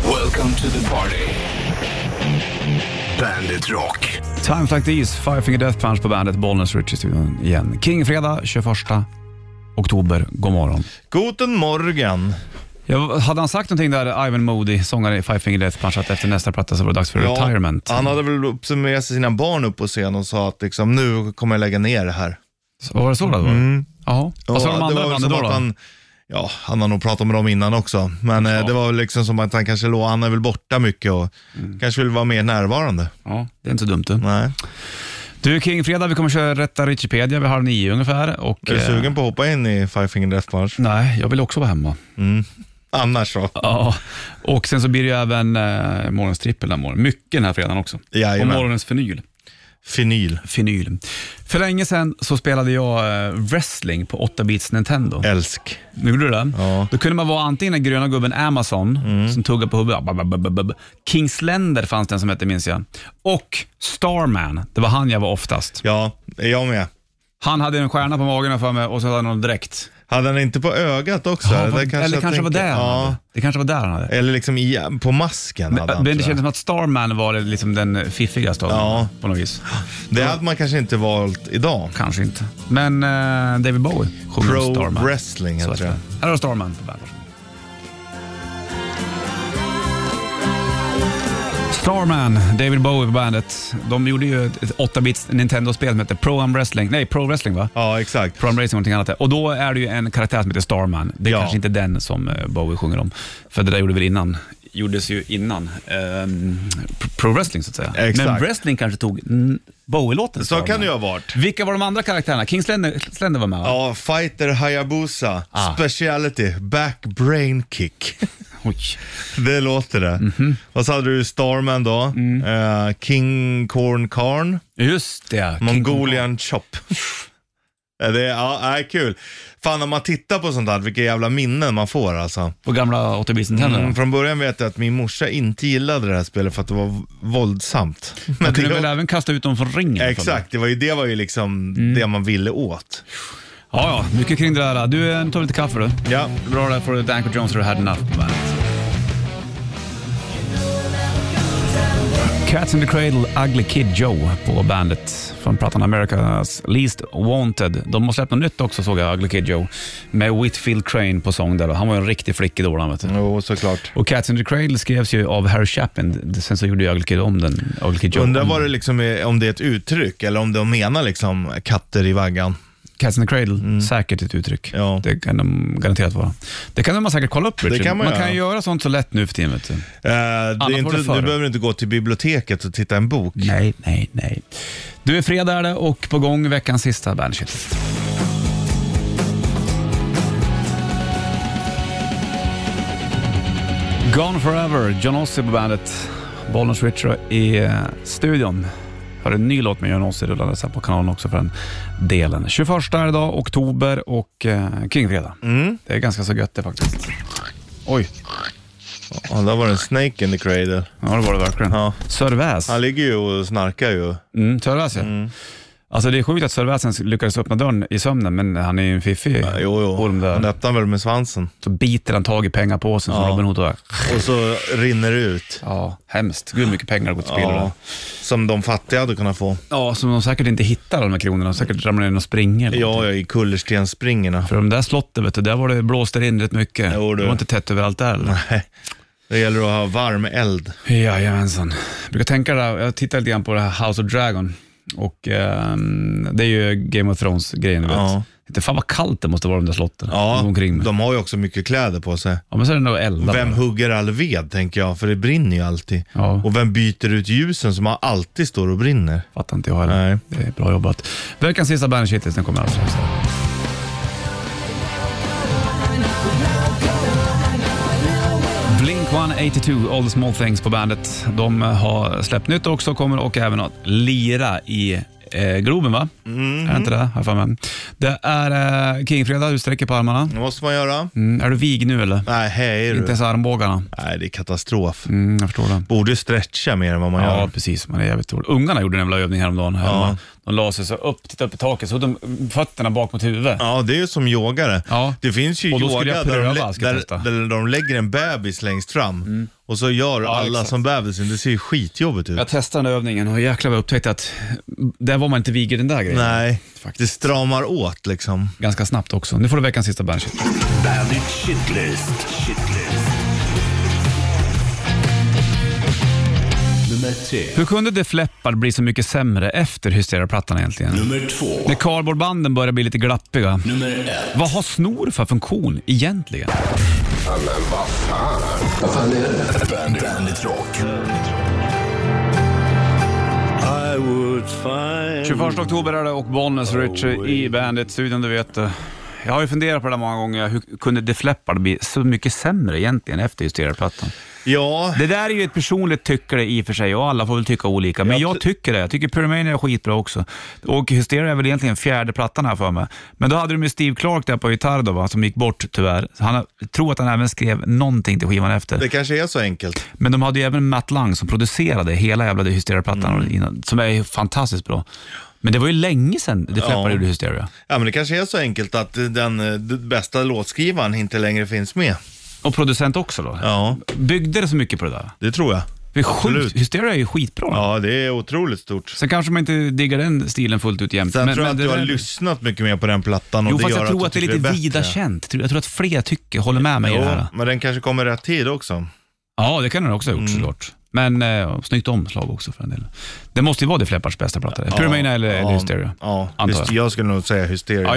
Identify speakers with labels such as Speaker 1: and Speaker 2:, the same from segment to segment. Speaker 1: Welcome to the party. Bandit Rock.
Speaker 2: Times Like These, Five Finger Death Punch på bandet, Bollnäs Rich i studion igen. Kingfredag 21 oktober, god morgon.
Speaker 3: Guten Morgen.
Speaker 2: Jag, hade han sagt någonting där, Ivan Moody, sångare i Five Finger Death Punch, att efter nästa platta så var det dags för retirement?
Speaker 3: Han hade väl uppsummerat sina barn upp på scen och sa att liksom, nu kommer jag lägga ner det här.
Speaker 2: Så, var det så det var? Jaha. Vad sa de
Speaker 3: Och Mm. det
Speaker 2: andra
Speaker 3: var väl
Speaker 2: banden
Speaker 3: som
Speaker 2: då?
Speaker 3: att
Speaker 2: då?
Speaker 3: Han, ja, han har nog pratat med dem innan också, men eh, det var väl liksom som att han kanske låg, han är väl borta mycket och
Speaker 2: Mm.
Speaker 3: kanske vill vara mer närvarande.
Speaker 2: Ja, det är inte så dumt du.
Speaker 3: Nej.
Speaker 2: Du, Kingfredag, vi kommer köra rätta Richipedia vid halv nio ungefär. Och,
Speaker 3: Är du
Speaker 2: eh,
Speaker 3: sugen på att hoppa in i Five Finger Death Punch?
Speaker 2: Nej, jag vill också vara hemma.
Speaker 3: Annars så.
Speaker 2: Ja, och sen så blir det ju även eh, morgonens trippel den här morgonen. Mycket den här fredagen också.
Speaker 3: Jajamän.
Speaker 2: Och morgonens vinyl.
Speaker 3: Vinyl.
Speaker 2: Vinyl. För länge sedan så spelade jag eh, wrestling på 8-bits Nintendo.
Speaker 3: Älsk.
Speaker 2: Nu gjorde du det?
Speaker 3: Ja. Mm.
Speaker 2: Då kunde man vara antingen den gröna gubben Amazon, som tuggar på huvudet. Bab, bab, bab, bab. Kingsländer fanns den som hette, minns jag. Och Starman, det var han jag var oftast.
Speaker 3: Ja, är jag med.
Speaker 2: Han hade en stjärna på magen för mig och så hade han någon dräkt.
Speaker 3: Hade han inte på ögat också?
Speaker 2: Ja,
Speaker 3: Det
Speaker 2: vad- eller
Speaker 3: jag
Speaker 2: kanske var
Speaker 3: tänker-
Speaker 2: det han
Speaker 3: ja.
Speaker 2: hade. Det kanske var där han hade.
Speaker 3: Eller liksom i, på masken hade
Speaker 2: Men
Speaker 3: han,
Speaker 2: det
Speaker 3: tror jag.
Speaker 2: kändes som att Starman var liksom den fiffigaste av dem,
Speaker 3: Ja.
Speaker 2: på något vis.
Speaker 3: Det hade man kanske inte valt idag.
Speaker 2: Kanske inte. Men eh, David Bowie sjunger om
Speaker 3: Pro
Speaker 2: Starman.
Speaker 3: wrestling
Speaker 2: Så
Speaker 3: heter
Speaker 2: heter
Speaker 3: det.
Speaker 2: det. Här har du Starman på bandet. Starman, David Bowie på bandet. De gjorde ju ett ett 8-bits Nintendo-spel som hette Pro Am Wrestling. Nej, Pro Wrestling va?
Speaker 3: Ja, exakt.
Speaker 2: Pro Am Racing någonting annat. Och då är det ju en karaktär som heter Starman. Det är
Speaker 3: Ja.
Speaker 2: kanske inte den som eh, Bowie sjunger om. För det där gjorde väl innan. Gjordes ju innan ehm, Pro Wrestling så att säga.
Speaker 3: Exakt.
Speaker 2: Men Wrestling kanske tog mm, Bowie-låten
Speaker 3: Så
Speaker 2: Starman.
Speaker 3: kan det ju ha varit.
Speaker 2: Vilka var de andra karaktärerna? King Slender, Slender var med va?
Speaker 3: Ja, fighter Hayabusa,
Speaker 2: Ah.
Speaker 3: speciality, back brain kick.
Speaker 2: Oj.
Speaker 3: Det låter det.
Speaker 2: Mhm.
Speaker 3: Och så hade du Starman då,
Speaker 2: Mm.
Speaker 3: eh, King Corn Karn,
Speaker 2: Just det.
Speaker 3: Mongolian Chop. Ja, Det är, ja, är kul. Fan om man tittar på sånt här, vilka jävla minnen man får alltså.
Speaker 2: På gamla 8 bits Nintendo.
Speaker 3: Mm,
Speaker 2: Mm.
Speaker 3: från början vet jag att min morsa inte gillade det här spelet för att det var v- våldsamt.
Speaker 2: Man kunde
Speaker 3: det,
Speaker 2: väl även kasta ut dem från ringen?
Speaker 3: exakt, det var ju, det var ju liksom det man ville åt.
Speaker 2: Ja, ja, mycket kring det där. Du, eh, nu tar vi lite kaffe du.
Speaker 3: Ja.
Speaker 2: Bra där får du Danko Jones och du Had Enough på bandet. Cats in the Cradle, Ugly Kid Joe på bandet från plattan America's Least Wanted. De har släppt något nytt också såg jag, Ugly Kid Joe. Med Whitfield Crane på sång där. Han var ju en riktig flicka då han vet du.
Speaker 3: Jo, såklart.
Speaker 2: Och Cats in the Cradle skrevs ju av Harry Chapin. Sen så gjorde ju Ugly Kid om den. Ugly Kid Joe.
Speaker 3: Undrar vad det liksom är, om det är ett uttryck eller om de menar liksom katter i vaggan.
Speaker 2: Cats in the Cradle, säkert ett uttryck.
Speaker 3: Mm. Ja.
Speaker 2: Det kan de garanterat vara. Det kan man säkert kolla upp Richard.
Speaker 3: kan man göra.
Speaker 2: kan ju göra sånt så lätt nu för tiden. Vet du.
Speaker 3: Eh, det är
Speaker 2: får
Speaker 3: inte,
Speaker 2: det för.
Speaker 3: du behöver inte gå till biblioteket och titta en bok.
Speaker 2: Nej, nej, nej. Du, är fredag är det och på gång veckans sista Bandshitlist. Gone Forever, John Ossie på bandet. Bollnäs Richard i eh, studion. Har en ny låt med John Ossie rullades här på kanalen också för den delen. 21 är idag, oktober och eh, Kingfredag. Det är ganska så gött det faktiskt. Oj,
Speaker 3: Ja, där var det en snake in the cradle.
Speaker 2: ja det var det verkligen.
Speaker 3: Ja.
Speaker 2: Sörväs.
Speaker 3: Han ligger ju och snarkar ju.
Speaker 2: Mm, Sörväs ja. Alltså det är sjukt att Sörväs ens lyckades öppna dörren i sömnen, men han är ju en fiffig
Speaker 3: Jo, jo.
Speaker 2: orm
Speaker 3: Han
Speaker 2: där.
Speaker 3: öppnar väl med svansen.
Speaker 2: Så biter han tag i pengapåsen som
Speaker 3: Ja.
Speaker 2: Robin Hood har.
Speaker 3: Och så rinner det ut.
Speaker 2: Ja, hemskt. Gud mycket pengar har gått till spillo där.
Speaker 3: Ja, som de fattiga hade kunnat få.
Speaker 2: Ja, som de säkert inte hittar alla de här kronorna. De säkert ramlar in och springer. eller någonting.
Speaker 3: Ja, ja, i kullerstensspringorna.
Speaker 2: För de där slotten, vet du, där var det blåste det in rätt mycket.
Speaker 3: Jo, du.
Speaker 2: det var inte tätt överallt där. eller?
Speaker 3: Nej. Det gäller att ha varm eld.
Speaker 2: Jajamensan. Jag brukar tänka där, jag tittar lite grann på det här House of Dragon. Och ehm, det är ju Game of Thrones-grejen, du vet.
Speaker 3: Ja.
Speaker 2: Inte fan vad kallt det måste vara de där slotten.
Speaker 3: Ja,
Speaker 2: omkring mig.
Speaker 3: de har ju också mycket kläder på sig.
Speaker 2: Ja, men så är det nog elda.
Speaker 3: Vem
Speaker 2: bara.
Speaker 3: hugger all ved, tänker jag, för det brinner ju alltid.
Speaker 2: Ja.
Speaker 3: Och vem byter ut ljusen som alltid står och brinner?
Speaker 2: Fattar inte jag heller.
Speaker 3: Nej.
Speaker 2: Det är bra jobbat. Veckans sista Bandit Shitlist, den kommer alldeles strax. Blink 182, All the small things på bandet. De har släppt nytt också, kommer och även att lira i eh, Globen va?
Speaker 3: Mhm.
Speaker 2: Är det inte det? Har jag för mig. Det är eh, Kingfredag, du sträcker på armarna.
Speaker 3: Det måste man göra.
Speaker 2: Mm, är du vig nu eller?
Speaker 3: Nej, hej
Speaker 2: Inte
Speaker 3: du.
Speaker 2: ens armbågarna?
Speaker 3: Nej, det är katastrof.
Speaker 2: Mm, jag förstår det.
Speaker 3: Borde stretcha mer än vad man
Speaker 2: Ja,
Speaker 3: gör.
Speaker 2: precis. Man är jävligt dålig. Ungarna gjorde en jävla övning häromdagen hemma. De la sig så upp, tittade upp i taket, så de fötterna bak mot huvudet.
Speaker 3: Ja, det är ju som yogare.
Speaker 2: Ja.
Speaker 3: Det finns ju
Speaker 2: Och då skulle
Speaker 3: yoga
Speaker 2: jag
Speaker 3: där, de
Speaker 2: pröva,
Speaker 3: lä-
Speaker 2: ska jag testa. Mm.
Speaker 3: där, där de lägger en bebis längst fram Och så gör
Speaker 2: Ja,
Speaker 3: alla
Speaker 2: exakt.
Speaker 3: som bebisen, det ser ju skitjobbigt ut.
Speaker 2: Jag testade den övningen och jäklar vad jag upptäckte att där var man inte vig i den där grejen.
Speaker 3: Nej, det
Speaker 2: Faktiskt.
Speaker 3: stramar åt liksom.
Speaker 2: Ganska snabbt också. Nu får du veckans sista bandshit.
Speaker 1: Bandit Shitlist. Shitlist. Nummer tre.
Speaker 2: Hur kunde Def Leppard bli så mycket sämre efter hysteria-plattan egentligen?
Speaker 1: Nummer två.
Speaker 2: När cardboardbanden börjar bli lite glappiga.
Speaker 1: Nummer ett.
Speaker 2: Vad har snor för funktion egentligen?
Speaker 1: Bandit, Bandit Rock.
Speaker 2: 21 oktober är det och Bollnäs Richie i Bandit-studion, du vet. det. Jag har ju funderat på det där många gånger. Hur kunde Def Leppard bli så mycket sämre egentligen efter hysteria-plattan?
Speaker 3: Ja,
Speaker 2: Det där är ju ett personligt tyckande i och för sig och alla får väl tycka olika. Men jag tycker det. Jag tycker Pyromania är skitbra också. Och Hysteria är väl egentligen fjärde plattan här för mig. Men då hade de ju Steve Clark där på gitarr då, va, som gick bort tyvärr. Så Han, jag tror att han även skrev någonting till skivan efter.
Speaker 3: det kanske är så enkelt.
Speaker 2: Men de hade ju även Matt Lang som producerade hela jävla Hysteria-plattan,
Speaker 3: Mm.
Speaker 2: innan, som är fantastiskt bra. Men det var ju länge sedan det
Speaker 3: Ja.
Speaker 2: fläppade ur Hysteria.
Speaker 3: Ja, men det kanske är så enkelt att den eh, d- bästa låtskrivaren inte längre finns med.
Speaker 2: Och producent också då.
Speaker 3: Ja,
Speaker 2: Byggde det så mycket på det där?
Speaker 3: det tror jag.
Speaker 2: Det är sjukt.
Speaker 3: Absolut.
Speaker 2: Hysteria är ju skitbra.
Speaker 3: Ja, det är otroligt stort.
Speaker 2: Sen kanske man inte diggar den stilen fullt ut jämt.
Speaker 3: Sen tror jag att
Speaker 2: det
Speaker 3: du har
Speaker 2: där-
Speaker 3: lyssnat mycket mer på den plattan och
Speaker 2: Jo,
Speaker 3: det
Speaker 2: fast
Speaker 3: gör
Speaker 2: jag tror att det är
Speaker 3: du
Speaker 2: lite
Speaker 3: tycker
Speaker 2: vida
Speaker 3: bättre.
Speaker 2: känt. Tror- Jag tror att fler tycker, håller med mig i det här.
Speaker 3: Jo, men den kanske kommer i rätt tid också.
Speaker 2: Ja, det kan den också ha
Speaker 3: Mm.
Speaker 2: gjort såklart. Men eh, snyggt omslag också för en del. Det måste ju vara det Fleppards bästa platta. Ja, Pyromania eller, eller Hysteria.
Speaker 3: Ja,
Speaker 2: Antar
Speaker 3: Hyst- jag skulle nog säga Hysteria.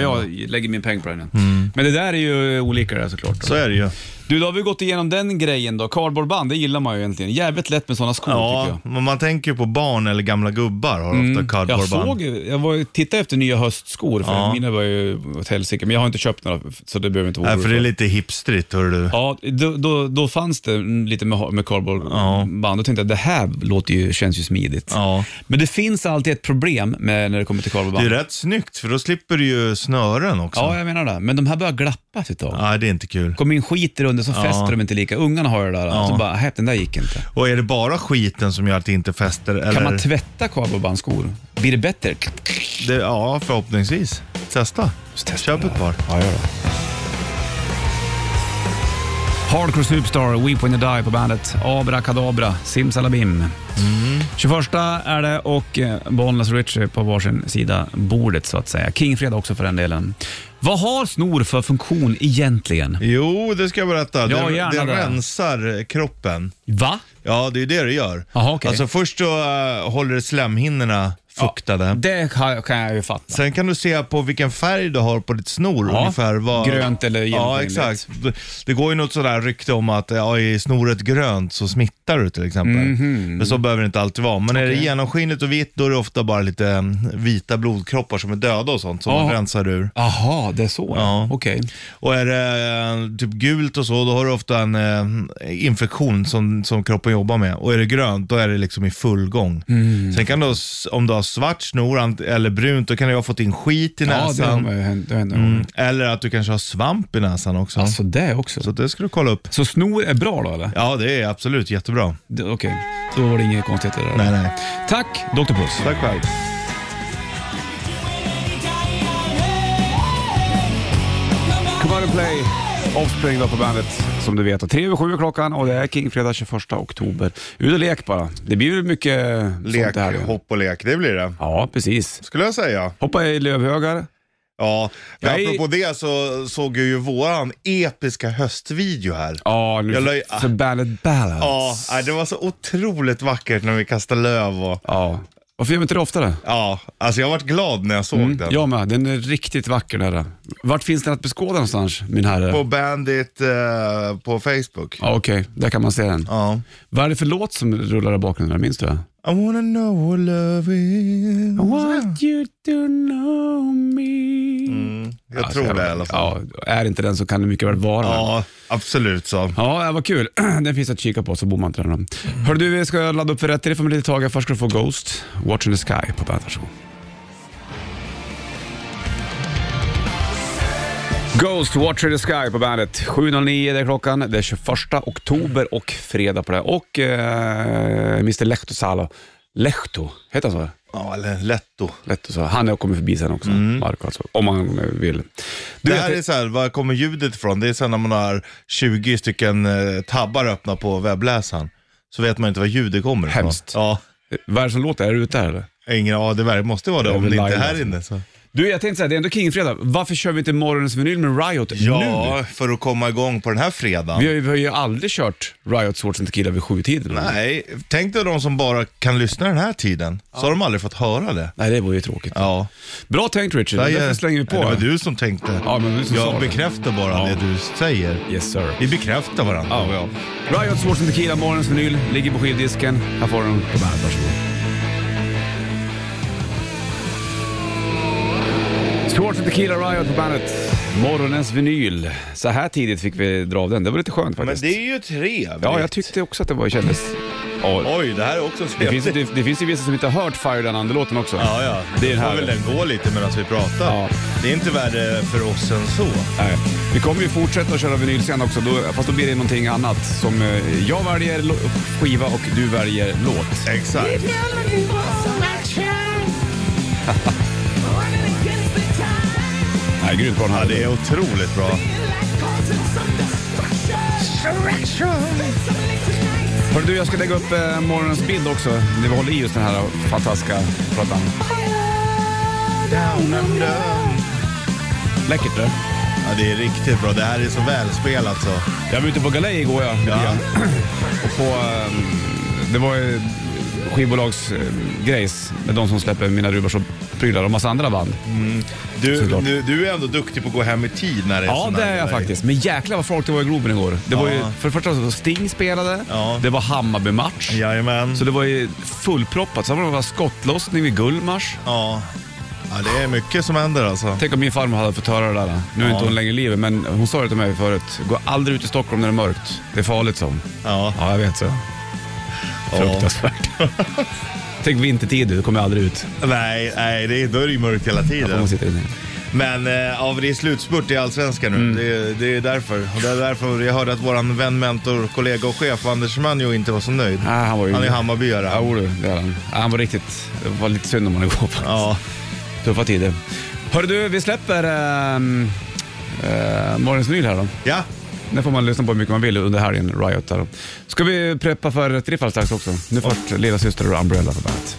Speaker 2: Ja, jag lägger min peng på den. Mm. Men det där är ju olika där såklart.
Speaker 3: Så är det ju.
Speaker 2: Du, då har vi gått igenom den grejen då. Cardboardband, det gillar man ju egentligen. Jävligt lätt med sådana skor
Speaker 3: Ja,
Speaker 2: tycker
Speaker 3: men man tänker ju på barn eller gamla gubbar har ofta
Speaker 2: Mm. jag. Jag
Speaker 3: cardboardband.
Speaker 2: såg, jag var, ju- tittade efter nya höstskor, för
Speaker 3: Ja.
Speaker 2: mina var ju åt helsike. Men jag har inte köpt några, så det behöver inte vara
Speaker 3: Nej,
Speaker 2: orolig
Speaker 3: för det är lite hipstrigt, hör du.
Speaker 2: Ja, då, då, då fanns det lite med, med cardboardband. Då tänkte jag det här låter ju, känns ju smidigt.
Speaker 3: Ja.
Speaker 2: Men det finns alltid ett problem med när det kommer till
Speaker 3: Det är
Speaker 2: cardboardband.
Speaker 3: rätt snyggt, för då slipper du ju snören också.
Speaker 2: Ja, jag menar det. Men de här börjar glappa efter ett tag.
Speaker 3: Nej, det är inte kul.
Speaker 2: Kommer in skit i under så fäster de inte lika. Ungarna har ju det där. Så bara, "Hä, den där gick inte.
Speaker 3: Och är det bara skiten som gör att det inte fäster? Eller?
Speaker 2: Kan man tvätta cardboardbandskor? Blir det bättre?
Speaker 3: det, ja, förhoppningsvis. Testa. Köp ett par.
Speaker 2: Ja, gör det. Hardcore Superstar, Weep When You Die på bandet. Abrakadabra, simsalabim. Mm. 21 är det och eh, Bollnäs och Richie på varsin sida bordet så att säga. Kingfredag också för den delen. Vad har snor för funktion egentligen?
Speaker 3: Jo, det ska jag berätta.
Speaker 2: Ja,
Speaker 3: det,
Speaker 2: gärna
Speaker 3: det
Speaker 2: det.
Speaker 3: rensar kroppen.
Speaker 2: Va?
Speaker 3: Ja, det är ju det det gör.
Speaker 2: Jaha, okej.
Speaker 3: Alltså först så eh, håller det slemhinnorna fuktade.
Speaker 2: Det kan kan jag ju fatta.
Speaker 3: Sen kan du se på vilken färg du har på ditt snor
Speaker 2: Ja,
Speaker 3: ungefär. Vad...
Speaker 2: grönt eller
Speaker 3: Ja,
Speaker 2: genomskinligt.
Speaker 3: exakt. Det går ju något sådär rykte om att ja, är snoret grönt så smittar du till exempel.
Speaker 2: Mhm.
Speaker 3: Men så behöver det inte alltid vara. Men är det genomskinligt och vitt då är det ofta bara lite mm, vita blodkroppar som är döda och sånt som
Speaker 2: Ja.
Speaker 3: man rensar ur.
Speaker 2: Jaha, det är så?
Speaker 3: Ja.
Speaker 2: Okej.
Speaker 3: Och är det eh, typ gult och så, då har du ofta en eh, infektion som, som kroppen jobbar med. Och är det grönt, då är det liksom i full gång.
Speaker 2: Mm.
Speaker 3: Sen kan du, ha s- om du har svart snor ant- eller brunt, då kan du ha fått in skit i
Speaker 2: Ja, det har
Speaker 3: näsan.
Speaker 2: man ju hänt. det har hänt någon gång.
Speaker 3: Mm, Eller att du kanske har svamp i näsan också.
Speaker 2: Alltså det också.
Speaker 3: Så det ska du kolla upp.
Speaker 2: Så snor är bra då eller?
Speaker 3: Ja, det är absolut jättebra.
Speaker 2: Det- Okej, då var det inget konstigt där.
Speaker 3: Nej, nej.
Speaker 2: Tack, Dr. Puss.
Speaker 3: Tack själv.
Speaker 2: Come out and play. Offspring då på bandet som du vet. Och Tre över sju är klockan och det är Kingfredag 21 oktober. Ut och lek bara. Det blir ju mycket sånt
Speaker 3: Lek,
Speaker 2: det här. ju.
Speaker 3: hopp och lek, det blir det.
Speaker 2: Ja, precis.
Speaker 3: Skulle jag säga.
Speaker 2: Hoppa i lövhögar.
Speaker 3: Ja, men
Speaker 2: Jag är-
Speaker 3: apropå det så såg jag ju våran episka höstvideo här.
Speaker 2: Ja, nu
Speaker 3: Jag la ju-
Speaker 2: för bandet Balance.
Speaker 3: Ja, nej, det var så otroligt vackert när vi kastade löv och
Speaker 2: Ja. Varför gör vi inte det oftare?
Speaker 3: ja, alltså jag vart glad när jag såg den.
Speaker 2: Jag med. Den är riktigt vacker där. Vart finns den att beskåda någonstans, min herre?
Speaker 3: På Bandit eh, på Facebook.
Speaker 2: Ja, Okej, där kan man se den.
Speaker 3: Ja.
Speaker 2: Vad är det för låt som rullar där bakom den där? Minns du det?
Speaker 3: I wanna know what love is.
Speaker 2: What you do know me.
Speaker 3: Jag
Speaker 2: alltså, Ja, så
Speaker 3: Mm, tror
Speaker 2: jävla-
Speaker 3: det i alla fall.
Speaker 2: Ja, är det inte den så kan det mycket väl vara den.
Speaker 3: Ja, absolut så.
Speaker 2: Ja, det var kul. Den finns att kika på så bor man inte den. Hörru du, vi ska ladda upp för rätt riff om ett litet tag. Först ska du få Ghost, Watching the Sky på Bandet Show. Ghost, Watching the Sky på bandet. 7.09 det är klockan. Det är 21 oktober och fredag på det. Och eh, Mr Lehtosalo. Lehto, heter han så?
Speaker 3: Ja, eller Letto.
Speaker 2: Lätt att säga. Han har kommit förbi sen också, Marco alltså, om han eh, vill. Du,
Speaker 3: det
Speaker 2: jag
Speaker 3: här
Speaker 2: tänkte-
Speaker 3: är så här, var kommer ljudet ifrån? Det är sen när man har 20 stycken eh, tabbar öppna på webbläsaren. Så vet man inte var ljudet kommer ifrån.
Speaker 2: Hemskt.
Speaker 3: Ja,
Speaker 2: Vad är det som låter? Är du ute här eller?
Speaker 3: ingen aning. Ja, Det vär- måste vara det,
Speaker 2: Det är
Speaker 3: om
Speaker 2: väl
Speaker 3: det inte är
Speaker 2: live,
Speaker 3: här
Speaker 2: alltså.
Speaker 3: inne. Så.
Speaker 2: Du, jag tänkte så här, det är ändå King-fredag. Varför kör vi inte morgonens vinyl med Riot nu?
Speaker 3: Ja, för att komma igång på den här fredagen.
Speaker 2: Vi har, ju- vi har ju aldrig kört Riot Swords and Tequila vid sjutiden.
Speaker 3: Nej, tänk dig de som bara kan lyssna den här tiden. Så har de aldrig fått höra det.
Speaker 2: Nej, det vore ju tråkigt.
Speaker 3: Ja.
Speaker 2: Bra tänkt Richard,
Speaker 3: Där är-
Speaker 2: därför slänger vi på.
Speaker 3: Det var du som tänkte.
Speaker 2: Ja, men du som sa
Speaker 3: Jag
Speaker 2: det.
Speaker 3: bekräftar bara
Speaker 2: Ja.
Speaker 3: det du säger.
Speaker 2: Yes sir.
Speaker 3: Vi bekräftar varandra.
Speaker 2: Ja, ja. Riot Swords and Tequila, morgonens vinyl, ligger på skivdisken. Här får du den på bandet, varsågod. Swords and Tequila Riot på bandet. Morgonens vinyl. Så här tidigt fick vi dra av den, det var lite skönt
Speaker 3: Men
Speaker 2: faktiskt.
Speaker 3: det är ju trevligt.
Speaker 2: Ja, jag tyckte också att det var kändes... Ja,
Speaker 3: Oj, det här är också
Speaker 2: Det
Speaker 3: trevligt.
Speaker 2: finns, det, det finns ju vissa som inte har hört Fire Down Under-låten också.
Speaker 3: Ja, ja.
Speaker 2: Det är den
Speaker 3: Då
Speaker 2: här.
Speaker 3: får väl den gå lite medan vi pratar.
Speaker 2: Ja.
Speaker 3: Det är inte värre för oss än så.
Speaker 2: Nej. Vi kommer ju fortsätta att köra vinyl sen också, då, fast då blir det någonting annat. Som eh, jag väljer lo- skiva och du väljer låt.
Speaker 3: Exakt.
Speaker 2: Nej, grymt bra den
Speaker 3: Ja,
Speaker 2: här.
Speaker 3: det är otroligt bra.
Speaker 2: Hörru du, jag ska lägga upp eh, morgonens bild också. När vi håller i just den här fantastiska plattan. Läckert du.
Speaker 3: Ja, det är riktigt bra. Det här är så välspelat så.
Speaker 2: Jag var ute på galej igår ja. lite
Speaker 3: Ja.
Speaker 2: grann. Och på, eh, det var ju skivbolagsgrejs med de som släpper Mina Rubars och prylar och massa andra band.
Speaker 3: Du,
Speaker 2: Såklart.
Speaker 3: du, du är ändå duktig på att gå hem i tid när det är
Speaker 2: Ja,
Speaker 3: såna
Speaker 2: det
Speaker 3: här
Speaker 2: är jag
Speaker 3: grejer.
Speaker 2: faktiskt. Men jäklar vad folk det var i gropen igår. Det var ju,
Speaker 3: Ja.
Speaker 2: för det första så Sting spelade,
Speaker 3: Ja.
Speaker 2: det var Hammarby-match.
Speaker 3: Jajamän.
Speaker 2: Så det var ju fullproppat. Sen var det bara skottlossning vid Gullmars.
Speaker 3: Ja. ja, det är mycket som händer alltså.
Speaker 2: Tänk om min farmor hade fått höra det där. Nu är
Speaker 3: Ja.
Speaker 2: inte hon längre i livet, men hon sa det till mig förut. Gå aldrig ut i Stockholm när det är mörkt. Det är farligt, som.
Speaker 3: Ja.
Speaker 2: Ja, jag vet så. Fruktansvärt. Tänk vintertid, du kommer aldrig ut.
Speaker 3: Nej, nej det är, då är det ju mörkt hela
Speaker 2: Får man
Speaker 3: tiden.
Speaker 2: sitta inne.
Speaker 3: Men eh, av det är slutspurt i Allsvenskan nu. Det, det är därför. Och det är därför jag hörde att våran vän, mentor, kollega och chef Anders Manjo inte var så nöjd.
Speaker 2: Nej, han var ju...
Speaker 3: Han är Hammarbyare.
Speaker 2: Ja, du, det är han. Ja, Han var riktigt... Det var lite synd om honom igår faktiskt.
Speaker 3: Ja.
Speaker 2: Tuffa tider. Hörru du, vi släpper ehm, eh, morgonens vinyl här då.
Speaker 3: ja.
Speaker 2: Den får man lyssna på hur mycket man vill under helgen, Riot. Där. då. Ska vi preppa för Trifall strax också. Nu först Lilla Syster och Umbrella på bandet.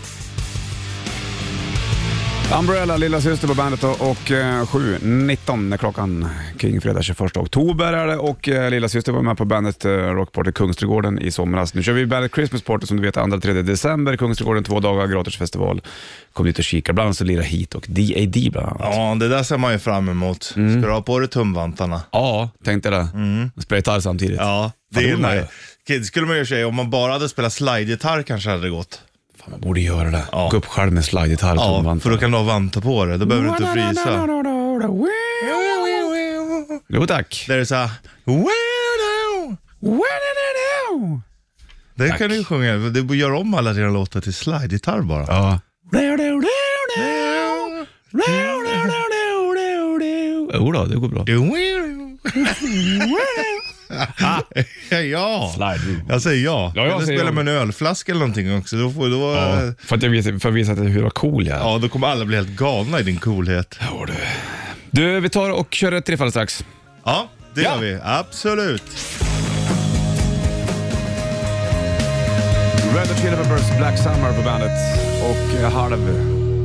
Speaker 2: Umbrella, Lilla Syster på bandet då, och eh, 7.19 när klockan kring fredag 21 oktober är det och eh, Lilla Syster var med på bandet eh, Rockparty Kungsträdgården i somras. Nu kör vi bandet Christmas Party som du vet 2-3 december, Kungsträdgården två dagar, gratisfestival. Kom dit och kika, bland annat så lirar Heat och D.A.D. bland annat.
Speaker 3: ja, det där ser man ju fram emot. Ska du ha på dig tumvantarna?
Speaker 2: Ja, tänkte det. Mm. Spela gitarr samtidigt.
Speaker 3: Ja,
Speaker 2: Fan,
Speaker 3: det är
Speaker 2: vill man ju.
Speaker 3: nice. Okej, Det skulle man ju i och för sig, om man bara hade spelat slide-gitarr kanske hade det gått.
Speaker 2: Fan, man borde göra det.
Speaker 3: Ja.
Speaker 2: Gå upp själv med slide-gitarr och
Speaker 3: Ja,
Speaker 2: tumvantar.
Speaker 3: för då kan du ha vantar på dig. Då behöver du inte frysa.
Speaker 2: Jo tack.
Speaker 3: Där är det såhär... Det kan du ju sjunga. Du gör om alla dina låtar till slide-gitarr bara.
Speaker 2: Ja. Jodå, det går bra.
Speaker 3: ja,
Speaker 2: Slide.
Speaker 3: jag säger ja.
Speaker 2: Ja, jag
Speaker 3: eller
Speaker 2: säger
Speaker 3: spela
Speaker 2: ja.
Speaker 3: med en ölflaska eller någonting också. Då, får, då,
Speaker 2: Ja,
Speaker 3: ja.
Speaker 2: För att jag visar, för att visa att jag- hur cool jag är.
Speaker 3: då kommer alla bli helt galna i din coolhet.
Speaker 2: Ja, du. Du, vi tar och kör ett trefall strax.
Speaker 3: Ja, det
Speaker 2: Ja.
Speaker 3: gör vi. Absolut.
Speaker 2: Red Hot Chili Peppers Black Summer på bandet. Och eh, halv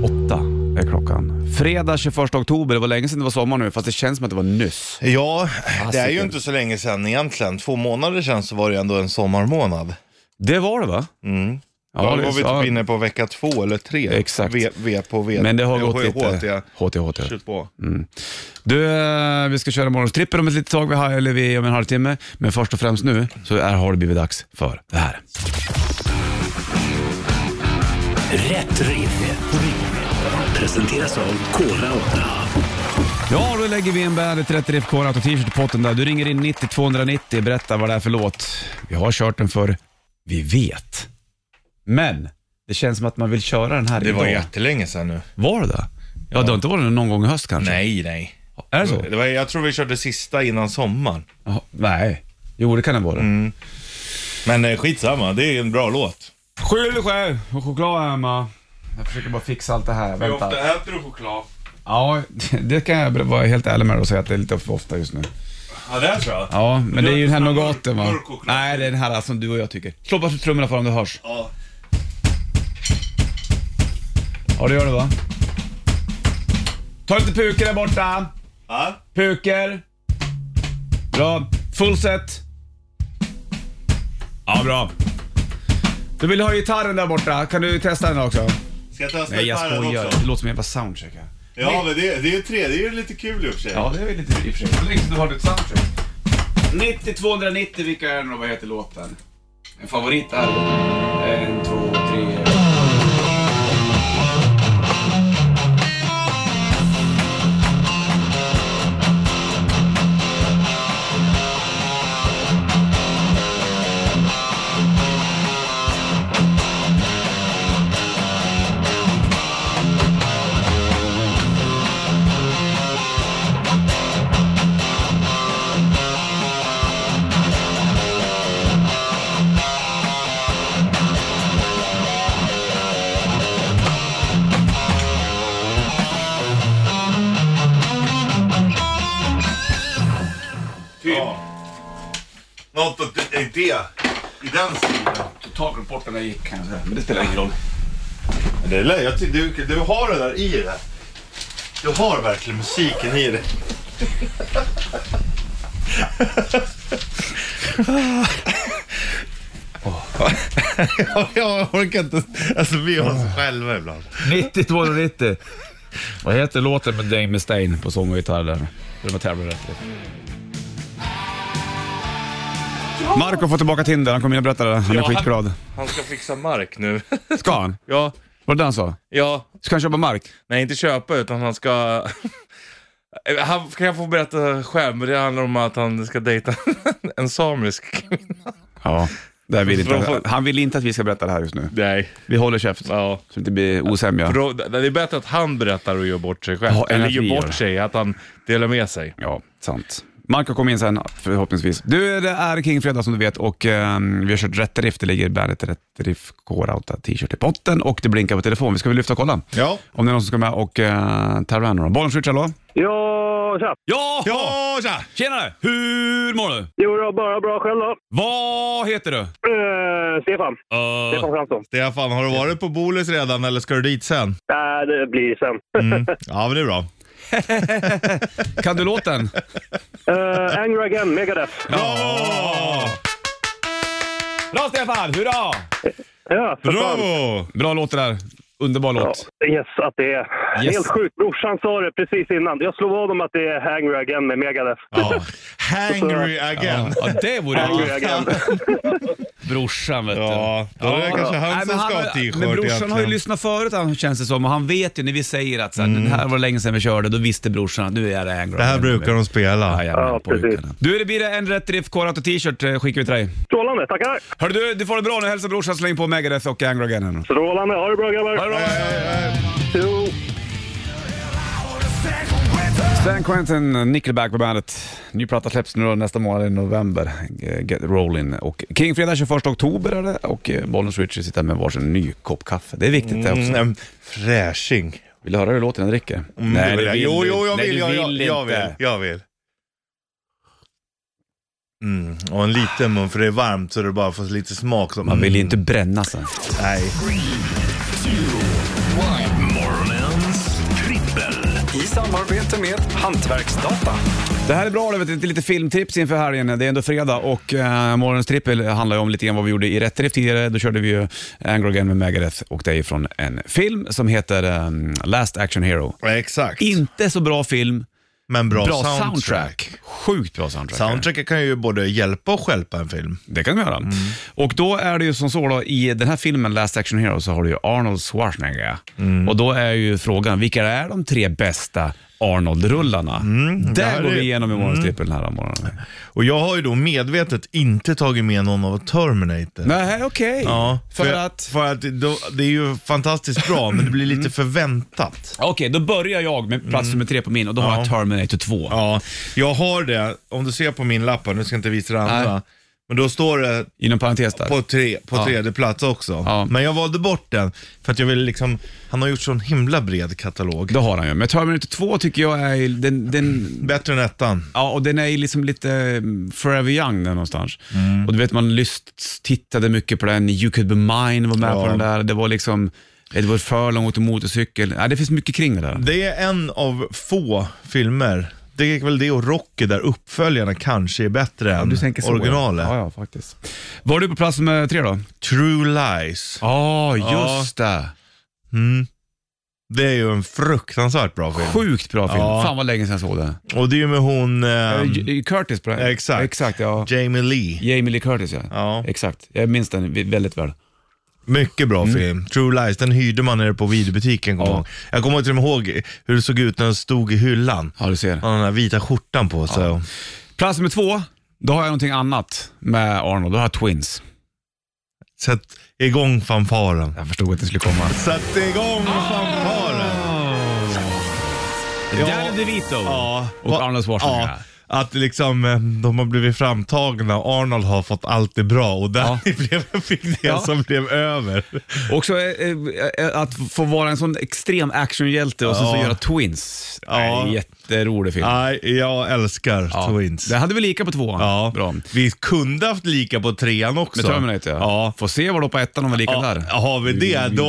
Speaker 2: åtta är klockan. Fredag 21 oktober, det var länge sedan det var sommar nu, fast det känns som att det var nyss.
Speaker 3: Ja, det är ju
Speaker 2: Fasiken.
Speaker 3: inte så länge sedan egentligen. Två månader sedan så var det ju ändå en sommarmånad.
Speaker 2: Det var det va?
Speaker 3: Mm.
Speaker 2: Ja,
Speaker 3: då
Speaker 2: det-
Speaker 3: var vi
Speaker 2: ja,
Speaker 3: typ inne på vecka två eller tre.
Speaker 2: Exakt.
Speaker 3: V, v på V.
Speaker 2: Men det har
Speaker 3: Eh,
Speaker 2: gått
Speaker 3: H-
Speaker 2: lite... Mm. HT,
Speaker 3: HT.
Speaker 2: HT.
Speaker 3: Skjut på.
Speaker 2: Du, eh, vi ska köra morgonstrippen om ett litet tag, vi har, eller vi, om en halvtimme. Men först och främst nu så är, har det blivit dags för det här.
Speaker 1: Rätt riff. Presenteras av Kora 8.
Speaker 2: Ja, då lägger vi en Bandet Rätt Riff Core Auto T-shirt i potten där. Du ringer in 90 290, berätta vad det är för låt. Vi har kört den för vi vet. Men det känns som att man vill köra den här
Speaker 3: Det
Speaker 2: idag.
Speaker 3: var jättelänge sedan nu.
Speaker 2: Var det det? Ja, det har inte varit någon gång i höst kanske?
Speaker 3: Nej, nej.
Speaker 2: Är det så?
Speaker 3: Det var, jag tror vi körde sista innan sommaren.
Speaker 2: Jaha, nej. Jo, det kan det vara.
Speaker 3: Mm. Men eh, skitsamma, det är en bra låt.
Speaker 2: Skyll dig själv och choklad hemma. Jag försöker bara fixa allt det här. Vänta.
Speaker 3: äter du choklad?
Speaker 2: Ja, det kan jag vara helt ärlig med och säga att det är lite för ofta just nu.
Speaker 3: Ja, det är så?
Speaker 2: Ja, men det är ju den här
Speaker 3: Mörk-
Speaker 2: nougaten va?
Speaker 3: mörk choklad.
Speaker 2: Nej, det är den här som du och jag tycker. Slå bara trummorna för om det hörs.
Speaker 3: Ja.
Speaker 2: Ja, det gör det va? Ta lite puker där borta.
Speaker 3: Ja.
Speaker 2: Puker. Bra. Full set. Ja, bra. Du vill ha gitarren där borta. Kan du testa den också?
Speaker 3: Ska jag testa
Speaker 2: Nej, jag
Speaker 3: gitarren
Speaker 2: skojar.
Speaker 3: också?
Speaker 2: Det låter som en jävla soundcheck här.
Speaker 3: Ja, men det, det är ju tre. Det är ju lite kul i och för sig.
Speaker 2: Ja, det är väl lite i och för sig. Eller liksom, du hörde ett soundcheck. 90 290, vilka är det nu? Vad heter låten? En favorit är En, två, tre...
Speaker 3: Typ. Något åt det, det, i den stilen.
Speaker 2: Totalt glömt bort den jag gick kan jag säga. Men det spelar ingen roll.
Speaker 3: Men Det är, lä- jag tycker du, du har det där i det. Du har verkligen musiken i det. Ja, jag orkar inte. Alltså vi har oss själva ibland.
Speaker 2: 90 290. Vad heter låten med Dave Mustaine på sång och gitarr där? Hur man tävlar rätt Marco får tillbaka Tinder, han kommer att berätta det. Han är
Speaker 4: Ja, han-
Speaker 2: skitglad.
Speaker 4: Han ska fixa mark nu.
Speaker 2: Ska han?
Speaker 4: ja,
Speaker 2: Var det det han sa?
Speaker 4: ja.
Speaker 2: Ska han köpa mark?
Speaker 4: Nej, inte köpa utan han ska... Han kan jag få berätta själv, men det handlar om att han ska dejta en samisk kvinna.
Speaker 2: Ja. Det här vill inte.
Speaker 4: Varför?
Speaker 2: Han vill inte att vi ska berätta det här just nu.
Speaker 4: Nej.
Speaker 2: Vi håller käft. Så
Speaker 4: Ja.
Speaker 2: det inte blir osämja.
Speaker 4: Då, det är bättre att han berättar och gör bort sig själv.
Speaker 2: Ja, än
Speaker 4: Eller
Speaker 2: att vi
Speaker 4: gör
Speaker 2: gör.
Speaker 4: bort sig, att han delar med sig.
Speaker 2: Ja, sant. Marco kom in sen förhoppningsvis. Du, det är King Fredag som du vet och ehm, vi har kört Rätt Riff. Det ligger bandet Rätt Riff K-Rauta t-shirt i potten och det blinkar på telefon. Vi ska väl lyfta och kolla
Speaker 3: Ja.
Speaker 2: om det är någon som ska med och uh, tävla här nu då. Bollenswitch, hallå?
Speaker 5: Ja, tja!
Speaker 2: Ja!
Speaker 3: Ja, tja!
Speaker 2: Tjenare! Hur mår du?
Speaker 5: Jo då, bara bra själv då.
Speaker 2: Vad heter du?
Speaker 5: Eh, Stefan. Stefan Fransson.
Speaker 3: Stefan, har du varit på Bolis redan eller ska du dit sen?
Speaker 5: Nej, Äh, det blir sen.
Speaker 2: Mm.
Speaker 3: Ja, men det är bra.
Speaker 2: Kan du låten?
Speaker 5: Uh, Anger Again, Megadeth.
Speaker 3: Bravo!
Speaker 2: Bra Stefan! Hurra!
Speaker 5: Ja, för fan.
Speaker 3: Bravo!
Speaker 2: Bra låt det där. Underbar
Speaker 5: Ja,
Speaker 2: låt.
Speaker 5: yes, att det är.
Speaker 2: Yes.
Speaker 5: Helt sjukt. Brorsan sa det precis innan. Jag slog vad om att det är Hangry Again med Megadeth.
Speaker 3: Ja. Hangry again.
Speaker 2: Ja, det vore
Speaker 5: Hangry
Speaker 2: ju...
Speaker 5: Again.
Speaker 2: Brorsan vet du.
Speaker 3: Ja, då är det kanske han som ska ha t-shirt
Speaker 2: Men brorsan har ju
Speaker 3: egentligen. Mm.
Speaker 2: lyssnat förut han, känns det som och han vet ju när vi säger att så här, det här var länge sedan vi körde, då visste brorsan att nu är det Angry.
Speaker 3: Det här brukar de
Speaker 2: Ja,
Speaker 3: spela.
Speaker 5: Ja,
Speaker 2: pojkarna.
Speaker 5: precis.
Speaker 2: Du, det blir det en rätt drift K-Rat och t-shirt eh, skickar vi till dig.
Speaker 5: Strålande, tackar!
Speaker 2: Hörru du, du får det bra nu. Hälsa brorsan, släng på Megadeth och Angry Again. här nu.
Speaker 5: Strålande, ha det bra
Speaker 2: Ha det
Speaker 5: grabbar!
Speaker 2: bra.
Speaker 5: Jo.
Speaker 2: Stan Quentin, Nickelback på bandet. Ny platta släpps nu då nästa månad i november. Eh, Get rolling. Och King fredag 21 oktober är det och eh, Bollnäs Richie sitter med varsin ny kopp kaffe. Det är viktigt det också.
Speaker 3: Mm, en fräsching.
Speaker 2: Vill du höra hur låten den dricker?
Speaker 3: Mm, det vill jag. Jo,
Speaker 2: du-
Speaker 3: jo, jag
Speaker 2: nej,
Speaker 3: vill.
Speaker 2: du
Speaker 3: jag, jag, jag
Speaker 2: inte.
Speaker 3: vill. Jag vill. Mm. Och en liten mun, för det är varmt så det bara får lite smak. Som,
Speaker 2: Man vill ju
Speaker 3: Mm,
Speaker 2: inte bränna sig.
Speaker 3: Nej.
Speaker 1: Morgonens trippel.
Speaker 6: I samarbete med Hantverksdata.
Speaker 2: Det här är bra, det vet, ett lite filmtips inför helgen. Det är ändå fredag och eh, morgonens trippel handlar ju om lite grann vad vi gjorde i Rätt Drift tidigare. Då körde vi ju Angry Again med Megadeth och det är ju från en film som heter ehm, Last Action Hero.
Speaker 3: Ja, Exakt.
Speaker 2: Inte så bra film,
Speaker 3: Men bra,
Speaker 2: bra soundtrack.
Speaker 3: soundtrack.
Speaker 2: Sjukt bra soundtrack.
Speaker 3: Soundtracket kan ju både hjälpa och stjälpa en film.
Speaker 2: Det kan de
Speaker 3: Mm.
Speaker 2: göra. Och då är det ju som så då, i den här filmen Last Action Hero så har du ju Arnold Schwarzenegger.
Speaker 3: Mm.
Speaker 2: Och då är ju frågan, vilka är de tre bästa Arnold-rullarna?
Speaker 3: Mm. det här
Speaker 2: Där går
Speaker 3: är- Mm.
Speaker 2: vi igenom i morgons trippel den här morgonen.
Speaker 3: Och jag har ju då medvetet inte tagit med någon av Terminator.
Speaker 2: Nej, okej.
Speaker 3: Ja,
Speaker 2: för,
Speaker 3: jag-
Speaker 2: att... Mm.
Speaker 3: För att då, det är ju fantastiskt bra, men det blir lite förväntat.
Speaker 2: Okej, då börjar jag med plats
Speaker 3: Mm.
Speaker 2: nummer tre på min och då har jag Terminator 2.
Speaker 3: Ja, jag har det. Om du ser på min lapp här, nu ska jag inte visa det andra.
Speaker 2: Nej.
Speaker 3: Men då står det
Speaker 2: Inom parentes där.
Speaker 3: på, tre, på
Speaker 2: Ja.
Speaker 3: tredje plats också.
Speaker 2: Ja.
Speaker 3: Men jag valde bort den för att jag ville liksom, han har gjort sån himla bred katalog.
Speaker 2: Det har han ju. Men Terminator 2 tycker jag är... Den, den,
Speaker 3: Bättre än ettan.
Speaker 2: Ja, och den är ju liksom lite mm, forever young där någonstans. Och du vet, man lyst, tittade mycket på den. You could be mine var med
Speaker 3: Ja.
Speaker 2: på den där. Det var liksom Edward Furlong åt en motorcykel. Ja, det finns mycket kring det där.
Speaker 3: Det är en av få filmer, det är väl det och Rocky där uppföljarna kanske är bättre än originalet.
Speaker 2: Ja, ja, faktiskt. Var du på plats med tre då?
Speaker 3: True Lies.
Speaker 2: Ja,
Speaker 3: Ja.
Speaker 2: just det.
Speaker 3: Mm. Det är ju en fruktansvärt bra film.
Speaker 2: Sjukt bra film.
Speaker 3: Ja.
Speaker 2: Fan vad länge sedan jag såg den.
Speaker 3: Och det är ju med hon eh,
Speaker 2: J- Curtis på den.
Speaker 3: exakt.
Speaker 2: Exakt, ja.
Speaker 3: Jamie Lee.
Speaker 2: Jamie Lee Curtis ja.
Speaker 3: Ja.
Speaker 2: Exakt. Jag minns den vi- väldigt väl.
Speaker 3: Mycket bra film. True Lies, den hyrde man nere på videobutiken. kommer
Speaker 2: Mm. Ja.
Speaker 3: jag ihåg. Jag kommer till och med ihåg hur det såg ut när den stod i hyllan.
Speaker 2: Ja, du ser.
Speaker 3: Han hade den här vita skjortan på sig.
Speaker 2: Plats nummer två, då har jag någonting annat med Arnold. Då har jag Twins.
Speaker 3: Sätt igång fanfaren.
Speaker 2: Jag förstod att det skulle komma.
Speaker 3: Sätt igång
Speaker 2: Ah!
Speaker 3: fanfaren. Ja.
Speaker 2: Danny DeVito
Speaker 3: Ja.
Speaker 2: och
Speaker 3: Va-
Speaker 2: Arnold Schwarzenegger.
Speaker 3: Ja. Att liksom eh, de har blivit framtagna och Arnold har fått allt det bra och Danny blev, fick det
Speaker 2: Ja.
Speaker 3: som blev över.
Speaker 2: Också eh, eh, att få vara en sån extrem actionhjälte och sen så
Speaker 3: Ja.
Speaker 2: göra Twins.
Speaker 3: Ja.
Speaker 2: Ja. Jätterolig film.
Speaker 3: Nej, jag älskar
Speaker 2: Ja.
Speaker 3: Twins.
Speaker 2: Det hade vi lika på tvåan.
Speaker 3: Ja.
Speaker 2: Bra.
Speaker 3: Vi kunde haft lika på trean också.
Speaker 2: Med Terminator
Speaker 3: Ja.
Speaker 2: Får se vad då på ettan om vi är lika
Speaker 3: Ja,
Speaker 2: där.
Speaker 3: har vi det, då,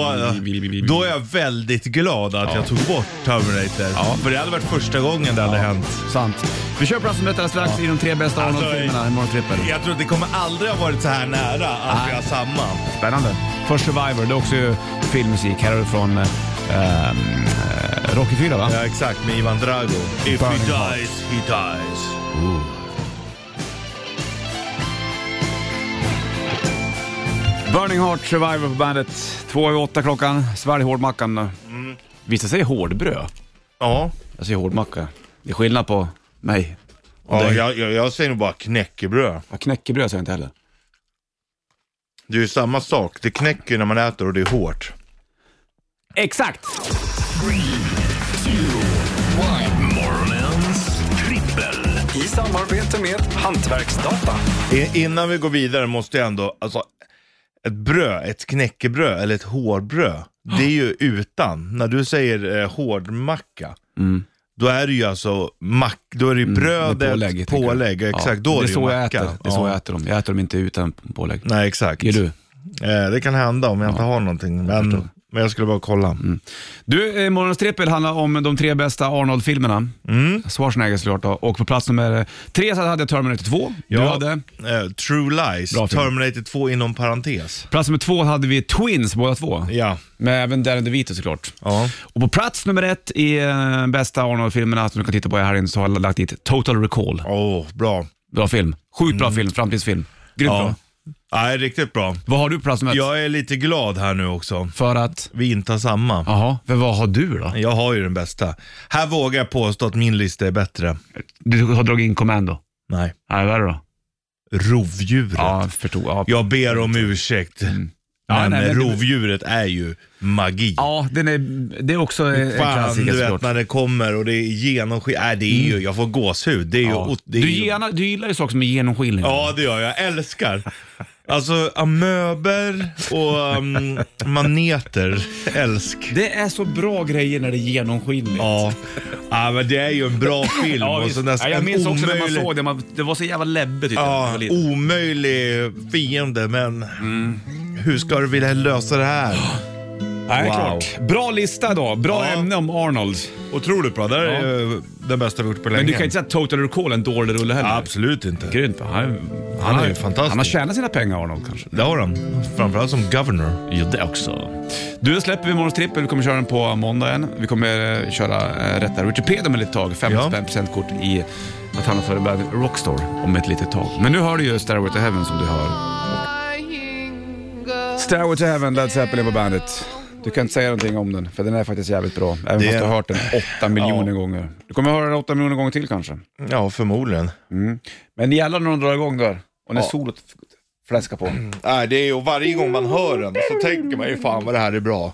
Speaker 3: då är jag väldigt glad att jag tog bort Terminator.
Speaker 2: Ja.
Speaker 3: För det hade varit första gången det hade hänt.
Speaker 2: Sant. Vi kör plats nummer ett alldeles strax i de tre bästa
Speaker 3: Alltså,
Speaker 2: Arnold-filmerna i Morgontrippel.
Speaker 3: Jag tror att det kommer aldrig ha varit så här nära att vi har samma.
Speaker 2: Spännande. Först Survivor, det är också ju filmmusik. Här är det från eh, eh, Rocky 4 va?
Speaker 3: Ja, exakt. Med Ivan Drago.
Speaker 2: Burning
Speaker 3: If he
Speaker 2: Heart.
Speaker 3: dies, he dies.
Speaker 2: Burning Heart Survivor på bandet. Två över åtta klockan. Svälj hårdmackan. Vissa säger hårdbröd.
Speaker 3: Ja.
Speaker 2: Jag säger hårdmacka. Det är skillnad på mig.
Speaker 3: ja jag, jag, jag säger nog bara knäckebröd.
Speaker 2: Ja, knäckebröd säger jag inte heller.
Speaker 3: Det är ju samma sak. Det knäcker när man äter och det är hårt.
Speaker 2: Exakt!
Speaker 1: Morgonens trippel.
Speaker 6: I samarbete med Hantverksdata.
Speaker 3: I- Innan vi går vidare måste jag ändå, alltså ett bröd, ett knäckebröd eller ett hårdbröd, det är ju utan. När du säger eh, hårdmacka,
Speaker 2: Mm.
Speaker 3: då är det ju alltså mack, då är det ju brödet,
Speaker 2: Med
Speaker 3: pålägg,
Speaker 2: tänker jag.
Speaker 3: exakt.
Speaker 2: Ja,
Speaker 3: Då är det,
Speaker 2: det är
Speaker 3: ju
Speaker 2: så
Speaker 3: macka.
Speaker 2: jag äter. Det är så jag äter dem. Jag äter dem inte utan pålägg.
Speaker 3: Nej, exakt.
Speaker 2: Gör du?
Speaker 3: Eh, det kan hända om jag inte har någonting, men jag, men jag skulle bara kolla.
Speaker 2: Du, eh, morgonens trippel handlar om de tre bästa Arnold-filmerna. Mm. Schwarzenegger såklart då. Och på plats nummer tre så hade jag Terminator 2. Du hade.
Speaker 3: eh, True Lies,
Speaker 2: Bra film.
Speaker 3: Terminator 2 inom parentes.
Speaker 2: Plats nummer två hade vi Twins båda två.
Speaker 3: Ja.
Speaker 2: Med även Danny DeVito såklart.
Speaker 3: ja.
Speaker 2: Och på plats nummer ett i eh, bästa Arnold-filmerna som du kan titta på här inne så har jag lagt dit Total Recall.
Speaker 3: Åh, bra.
Speaker 2: Bra film. Sjukt bra film, framtidsfilm. Grymt bra.
Speaker 3: Mm. Ja. Nej, riktigt bra.
Speaker 2: Vad har du på plats nummer ett?
Speaker 3: Jag är lite glad här nu också.
Speaker 2: För att?
Speaker 3: Vi inte har samma.
Speaker 2: Jaha, för vad har du då?
Speaker 3: Jag har ju den bästa. Här vågar jag påstå att min lista är bättre.
Speaker 2: Du har dragit in Commando.
Speaker 3: Nej.
Speaker 2: Nej, vad är det då?
Speaker 3: Rovdjuret.
Speaker 2: Ja, jag förstod. Ja.
Speaker 3: Jag ber om ursäkt.
Speaker 2: Ja,
Speaker 3: men,
Speaker 2: nej, men-
Speaker 3: rovdjuret är ju magi.
Speaker 2: Ja, den är, det är också en
Speaker 3: Fan,
Speaker 2: klassiker
Speaker 3: du vet
Speaker 2: såklart. Mm.
Speaker 3: när det kommer och det är genomskinligt. Nej, det är ju, jag får gåshud. Det är ju,
Speaker 2: Ja.
Speaker 3: det är
Speaker 2: Du,
Speaker 3: ju...
Speaker 2: gärna, du gillar ju saker som är genomskinliga.
Speaker 3: Ja, det gör jag. Jag älskar. Alltså, amöber och um, maneter. Älsk.
Speaker 2: Det är så bra grejer när det är genomskinligt.
Speaker 3: Ja. ja, men det är ju en bra film. och
Speaker 2: visst.
Speaker 3: så nästan
Speaker 2: jag
Speaker 3: en
Speaker 2: minns också när man
Speaker 3: omöjlig-
Speaker 2: såg det. Man, det var så jävla läbbigt. tyckte jag, när man
Speaker 3: Ja,
Speaker 2: var liten.
Speaker 3: omöjlig fiende, men hur ska du vilja lösa det här?
Speaker 2: Nej,
Speaker 3: Wow.
Speaker 2: klart. Bra lista idag. Bra
Speaker 3: Ja.
Speaker 2: ämne om Arnold.
Speaker 3: Otroligt bra. Det här är ju den bästa vi gjort på länge.
Speaker 2: Men du kan inte säga att Total Recall är en dålig rulle heller.
Speaker 3: Absolut inte.
Speaker 2: Grymt. va? Han, han,
Speaker 3: är
Speaker 2: har-
Speaker 3: ju fantastisk.
Speaker 2: Han har tjänat sina pengar Arnold kanske.
Speaker 3: Det har de. Framförallt som governor.
Speaker 2: Jo, det också. Du, då släpper vi morgons trippel. Vi kommer köra den på måndagen. Vi kommer eh, köra eh, rätt där. Richard Pedum ett litet tag. 55% kort i att handla för bandet Rockstore om ett litet tag. Men nu hör du ju Stairway to Heaven som du hör. Stairway to Heaven, Led Zeppelin på bandet. Du kan inte säga någonting om den, för den är faktiskt jävligt bra. Även
Speaker 3: Det-
Speaker 2: fast du har hört den 8 miljoner gånger. Du kommer höra den 8 miljoner gånger till kanske.
Speaker 3: Ja, förmodligen.
Speaker 2: Men jävlar när de drar igång där. Och när solot fläska på.
Speaker 3: Nej, det är ju och varje gång man hör den så tänker man ju fan vad det här är bra.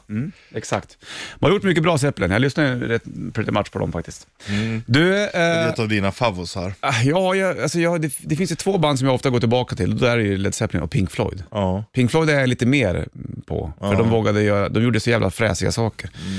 Speaker 2: Exakt. Man har gjort mycket bra Zeppelin. Jag lyssnar ju rätt pretty much på dem faktiskt. Du,
Speaker 3: Mm. Det är
Speaker 2: eh,
Speaker 3: ett av dina favvosar.
Speaker 2: ja, jag, alltså jag, det, det finns ju två band som jag ofta går tillbaka till. Då är det ju Led Zeppelin och Pink Floyd.
Speaker 3: Ja.
Speaker 2: Pink Floyd är jag lite mer på, för de vågade göra, de gjorde så jävla fräsiga saker.
Speaker 3: Mm.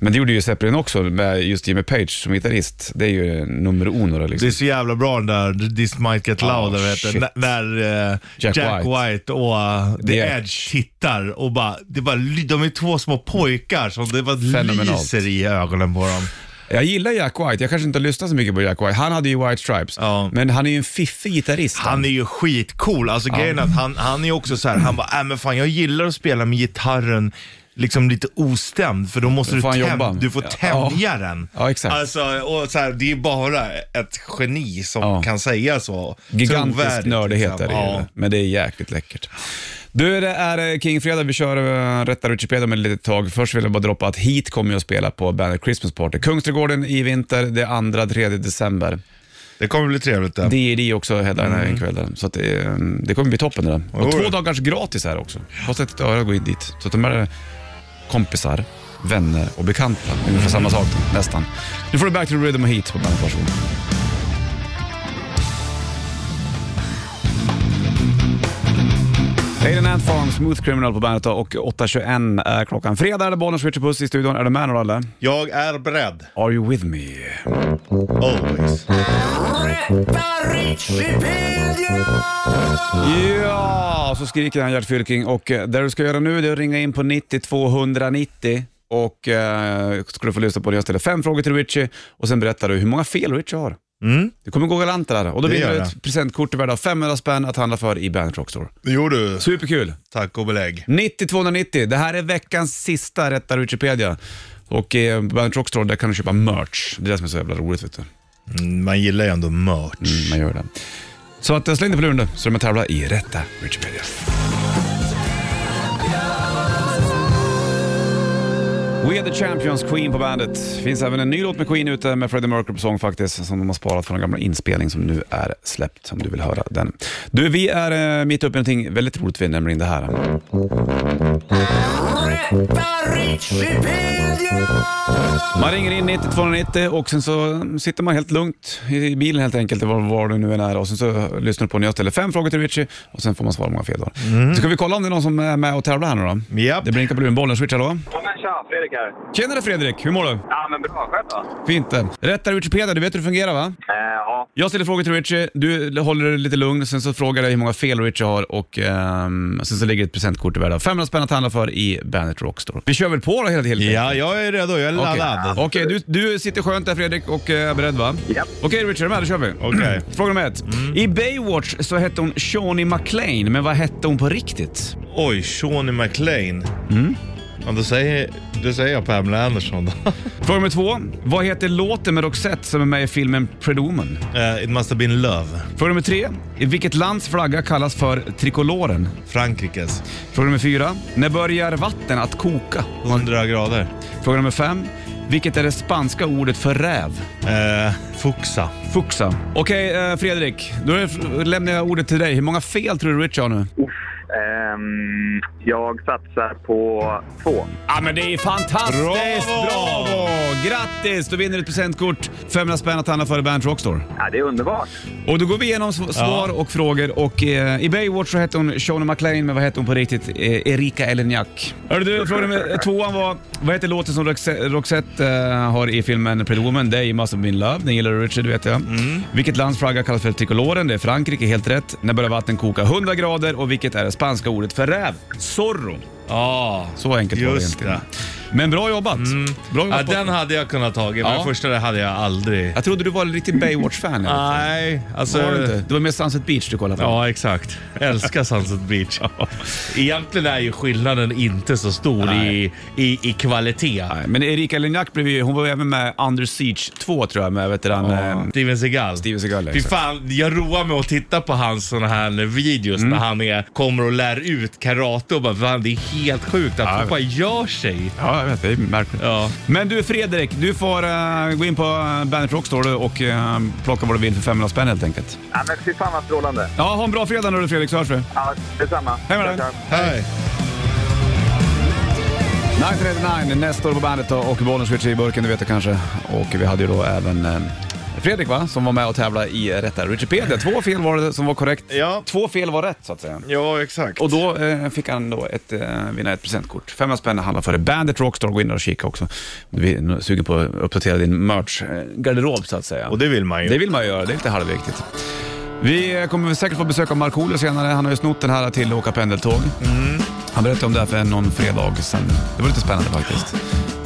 Speaker 2: Men det gjorde ju Zeppelin också med just Jimmy Page som gitarrist. Det är ju nummer uno då,
Speaker 3: Det
Speaker 2: liksom.
Speaker 3: är så jävla bra den där This Might Get Loud,
Speaker 2: Ah,
Speaker 3: oh, heter.
Speaker 2: shit.
Speaker 3: den. När, när eh,
Speaker 2: Jack
Speaker 3: Jack,
Speaker 2: White.
Speaker 3: White. och eh, The
Speaker 2: The Edge.
Speaker 3: Edge tittar och bara, det bara, ly- de är två små pojkar som det bara
Speaker 2: Fenomenalt.
Speaker 3: lyser i ögonen på dem.
Speaker 2: Jag gillar Jack White, jag kanske inte har lyssnat så mycket på Jack White. Han hade ju White Stripes,
Speaker 3: Ja.
Speaker 2: men han är ju en fiffig gitarrist.
Speaker 3: Han är ju skitcool. Alltså grejen är att han, han är ju också så här, han bara, äh, men fan jag gillar att spela med gitarren liksom lite ostämd för då måste
Speaker 2: Då
Speaker 3: du,
Speaker 2: får han jobba.
Speaker 3: täm- du får
Speaker 2: Ja.
Speaker 3: tämja den.
Speaker 2: Ja, exakt.
Speaker 3: Alltså, och så här, det är bara ett geni som
Speaker 2: Ja.
Speaker 3: kan säga så.
Speaker 2: Gigantisk
Speaker 3: Trovärdigt,
Speaker 2: nördighet är
Speaker 3: liksom.
Speaker 2: det ju,
Speaker 3: ja.
Speaker 2: men det är jäkligt läckert. Du, det är eh, King-fredag. Vi kör eh, Rätta Wikipedia med ett litet tag. Först vill jag bara droppa att Heat kommer ju att spela på bandet Christmas Party. Kungsträdgården i vinter, det är 2-3 december.
Speaker 3: Det kommer bli trevligt det.
Speaker 2: DRD också headlinar mm. ikväll. där. Så att det, eh, det kommer bli toppen det där. Och
Speaker 3: Jo,
Speaker 2: två
Speaker 3: det.
Speaker 2: dagars gratis här också. Kostar inte ett öre att gå in dit. Så att de är kompisar, vänner och bekanta. Ungefär samma sak nästan. Nu får du Back to the Rhythm och Heat på bandet. Varsågod. Alien Ant Farm, Smooth Criminal på bandet då, och 8.21 är klockan. Fredag är det Bollnäs Richard Puss i studion. Är du med nu Ralle?
Speaker 3: Jag är beredd.
Speaker 2: Are you with me?
Speaker 3: Always.
Speaker 2: Ja, så skriker han Gert Fylking och eh, det du ska göra nu det är att ringa in på 90 290 och eh, ska du få lyssna på det jag ställer fem frågor till Richie och sen berättar du hur många fel Richie har. Det kommer gå galant det där och då
Speaker 3: Mm. Det
Speaker 2: vinner
Speaker 3: gör
Speaker 2: du
Speaker 3: det.
Speaker 2: ett presentkort värda 500 spänn att handla för i Bandit Rockstore.
Speaker 3: Jo du,
Speaker 2: Superkul!
Speaker 3: tack och belägg.
Speaker 2: 90 290, det här är veckans sista Rätta Wikipedia. Och eh, på Bandit Rockstore där kan du köpa merch. Det är det som är så jävla roligt vet du.
Speaker 3: Mm, Man gillar ju ändå merch.
Speaker 2: Mm, man gör det. Så att, eh, släng dig på luren du, så är du med och tävlar i Rätta Wikipedia. We are the champions, Queen på bandet. finns även en ny låt med Queen ute med Freddie Mercury på sång faktiskt, som de har sparat från en gamla inspelning som nu är släppt, om du vill höra den. Du, vi är eh, mitt uppe i någonting väldigt roligt, vi, nämligen det här. Man ringer in 9290 och sen så sitter man helt lugnt i bilen helt enkelt, var, var du nu än är. Och sen så lyssnar du på när jag ställer fem frågor till Richie och sen får man svara hur många fel du har. Så ska vi kolla om det är någon som är med och tävlar här nu då?
Speaker 3: Japp.
Speaker 2: Det blinkar på luren. Bollen switchar då.
Speaker 5: Ja, men tja, Fredrik här.
Speaker 2: Tjenare Fredrik, hur mår du?
Speaker 5: Ja, men bra. Själv då?
Speaker 2: Fint det. Rättare Wikipedia, du vet hur det fungerar va?
Speaker 5: Eh, ja.
Speaker 2: Jag ställer frågor till Richie, du håller dig lite lugn, sen så frågar jag hur många fel Richie har och ehm, sen så ligger ett presentkort i värde. 500 spänn att handla för i Bandet Rockstore. Vi kör väl på då helt enkelt?
Speaker 3: Mm. Ja, jag är redo. Jag är
Speaker 2: Okej,
Speaker 3: laddad.
Speaker 2: Okej, du, du sitter skönt där Fredrik och eh, är beredd va?
Speaker 5: Japp.
Speaker 2: Okej Richard, med, då kör vi. Mm.
Speaker 3: Okej.
Speaker 2: Fråga nummer ett. I Baywatch så hette hon Shawnee MacLaine, men vad hette hon på riktigt?
Speaker 3: Oj, Shawnee MacLaine. Ja, då, säger, då säger jag Pamela Anderson då.
Speaker 2: Fråga nummer två. Vad heter låten med Roxette som är med i filmen Predomen?
Speaker 3: Eh, It must have been love.
Speaker 2: Fråga nummer tre. I vilket lands flagga kallas för trikoloren?
Speaker 3: Frankrikes.
Speaker 2: Fråga nummer fyra. När börjar vatten att koka?
Speaker 3: 100 grader.
Speaker 2: Fråga nummer fem. Vilket är det spanska ordet för räv?
Speaker 3: Eh, Fuxa.
Speaker 2: Fuxa. Okej eh, Fredrik, då är- lämnar jag ordet till dig. Hur många fel tror du Richard har nu?
Speaker 5: Ehm, jag satsar på två.
Speaker 2: Ja men det är fantastiskt!
Speaker 3: Bravo!
Speaker 2: Bravo! Grattis! Du vinner ett presentkort, 500 spänn att handla för i Bernt Rockstore.
Speaker 5: Ja, det är underbart.
Speaker 2: Och då går vi igenom sv- svar och frågor och eh, i Baywatch så hette hon Shauna McLean men vad hette hon på riktigt? Eh, Erika Elenjak. Hörru du, fråga nummer tvåan var, vad heter låten som Roxette, Roxette eh, har i filmen Pretty Woman? Det är ju Must Have Been Love, den gillar du Richard, det vet jag. Vilket lands flagga kallas för trikoloren? Det är Frankrike, helt rätt. När börjar vatten koka? 100 grader och vilket är det spanska ordet för räv? Zorro.
Speaker 3: Ja.
Speaker 2: Så enkelt var det Mm.
Speaker 3: Just
Speaker 2: egentligen. Men bra jobbat. Bra jobbat
Speaker 3: ja, den hade jag kunnat tagit, men
Speaker 2: Ja.
Speaker 3: den första där hade jag aldrig.
Speaker 2: Jag trodde du var en riktig Baywatch-fan. eller?
Speaker 3: Nej, alltså...
Speaker 2: Var du inte? Det var mer Sunset Beach du kollade på.
Speaker 3: Ja, exakt. Älskar Sunset Beach. Egentligen är ju skillnaden inte så stor i, i, i kvalitet.
Speaker 2: Nej, men Erika Lignac blev ju, hon var ju även med Under Siege 2 tror jag med veteran... Ja.
Speaker 3: Ehm, Steven Seagal.
Speaker 2: eh, Steven Seagal, liksom.
Speaker 3: Fy
Speaker 2: exakt.
Speaker 3: fan, jag roar mig att titta på hans såna här videos när han är, kommer och lär ut karate och bara, fan, det är helt sjukt att folk bara gör sig.
Speaker 2: Ja, jag vet. Det är märkligt.
Speaker 4: Ja.
Speaker 2: Men du Fredrik, du får eh, gå in på eh, Bandet Rock står du och eh, plocka vad du vill för 500 spänn helt enkelt.
Speaker 7: Ja, men fy fan vad strålande.
Speaker 2: Ja, ha en bra fredag nu du Fredrik så hörs vi.
Speaker 7: Ja, detsamma.
Speaker 2: Hej med dig.
Speaker 7: Tack, tack.
Speaker 3: Hej.
Speaker 2: 939, nästa år på bandet då, och bollen switch i burken, du vet det kanske. Och vi hade ju då även eh, Fredrik va, som var med och tävlade i eh, rätta Wikipedia. Två fel var det som var korrekt.
Speaker 3: Ja.
Speaker 2: Två fel var rätt så att säga.
Speaker 3: Ja, exakt.
Speaker 2: Och då eh, fick han då ett, eh, vinna ett presentkort. 500 spänn handlar för det. Bandet Rockstar, gå in där och kika också. Vi är sugen på att uppdatera din merch-garderob så att säga.
Speaker 3: Och det vill man ju.
Speaker 2: Det vill man ju göra, det är lite halvviktigt. Vi kommer säkert få besök av Markoolio senare. Han har ju snott den här till att åka pendeltåg.
Speaker 3: Mm.
Speaker 2: Han berättade om det här för någon fredag sedan. Det var lite spännande faktiskt.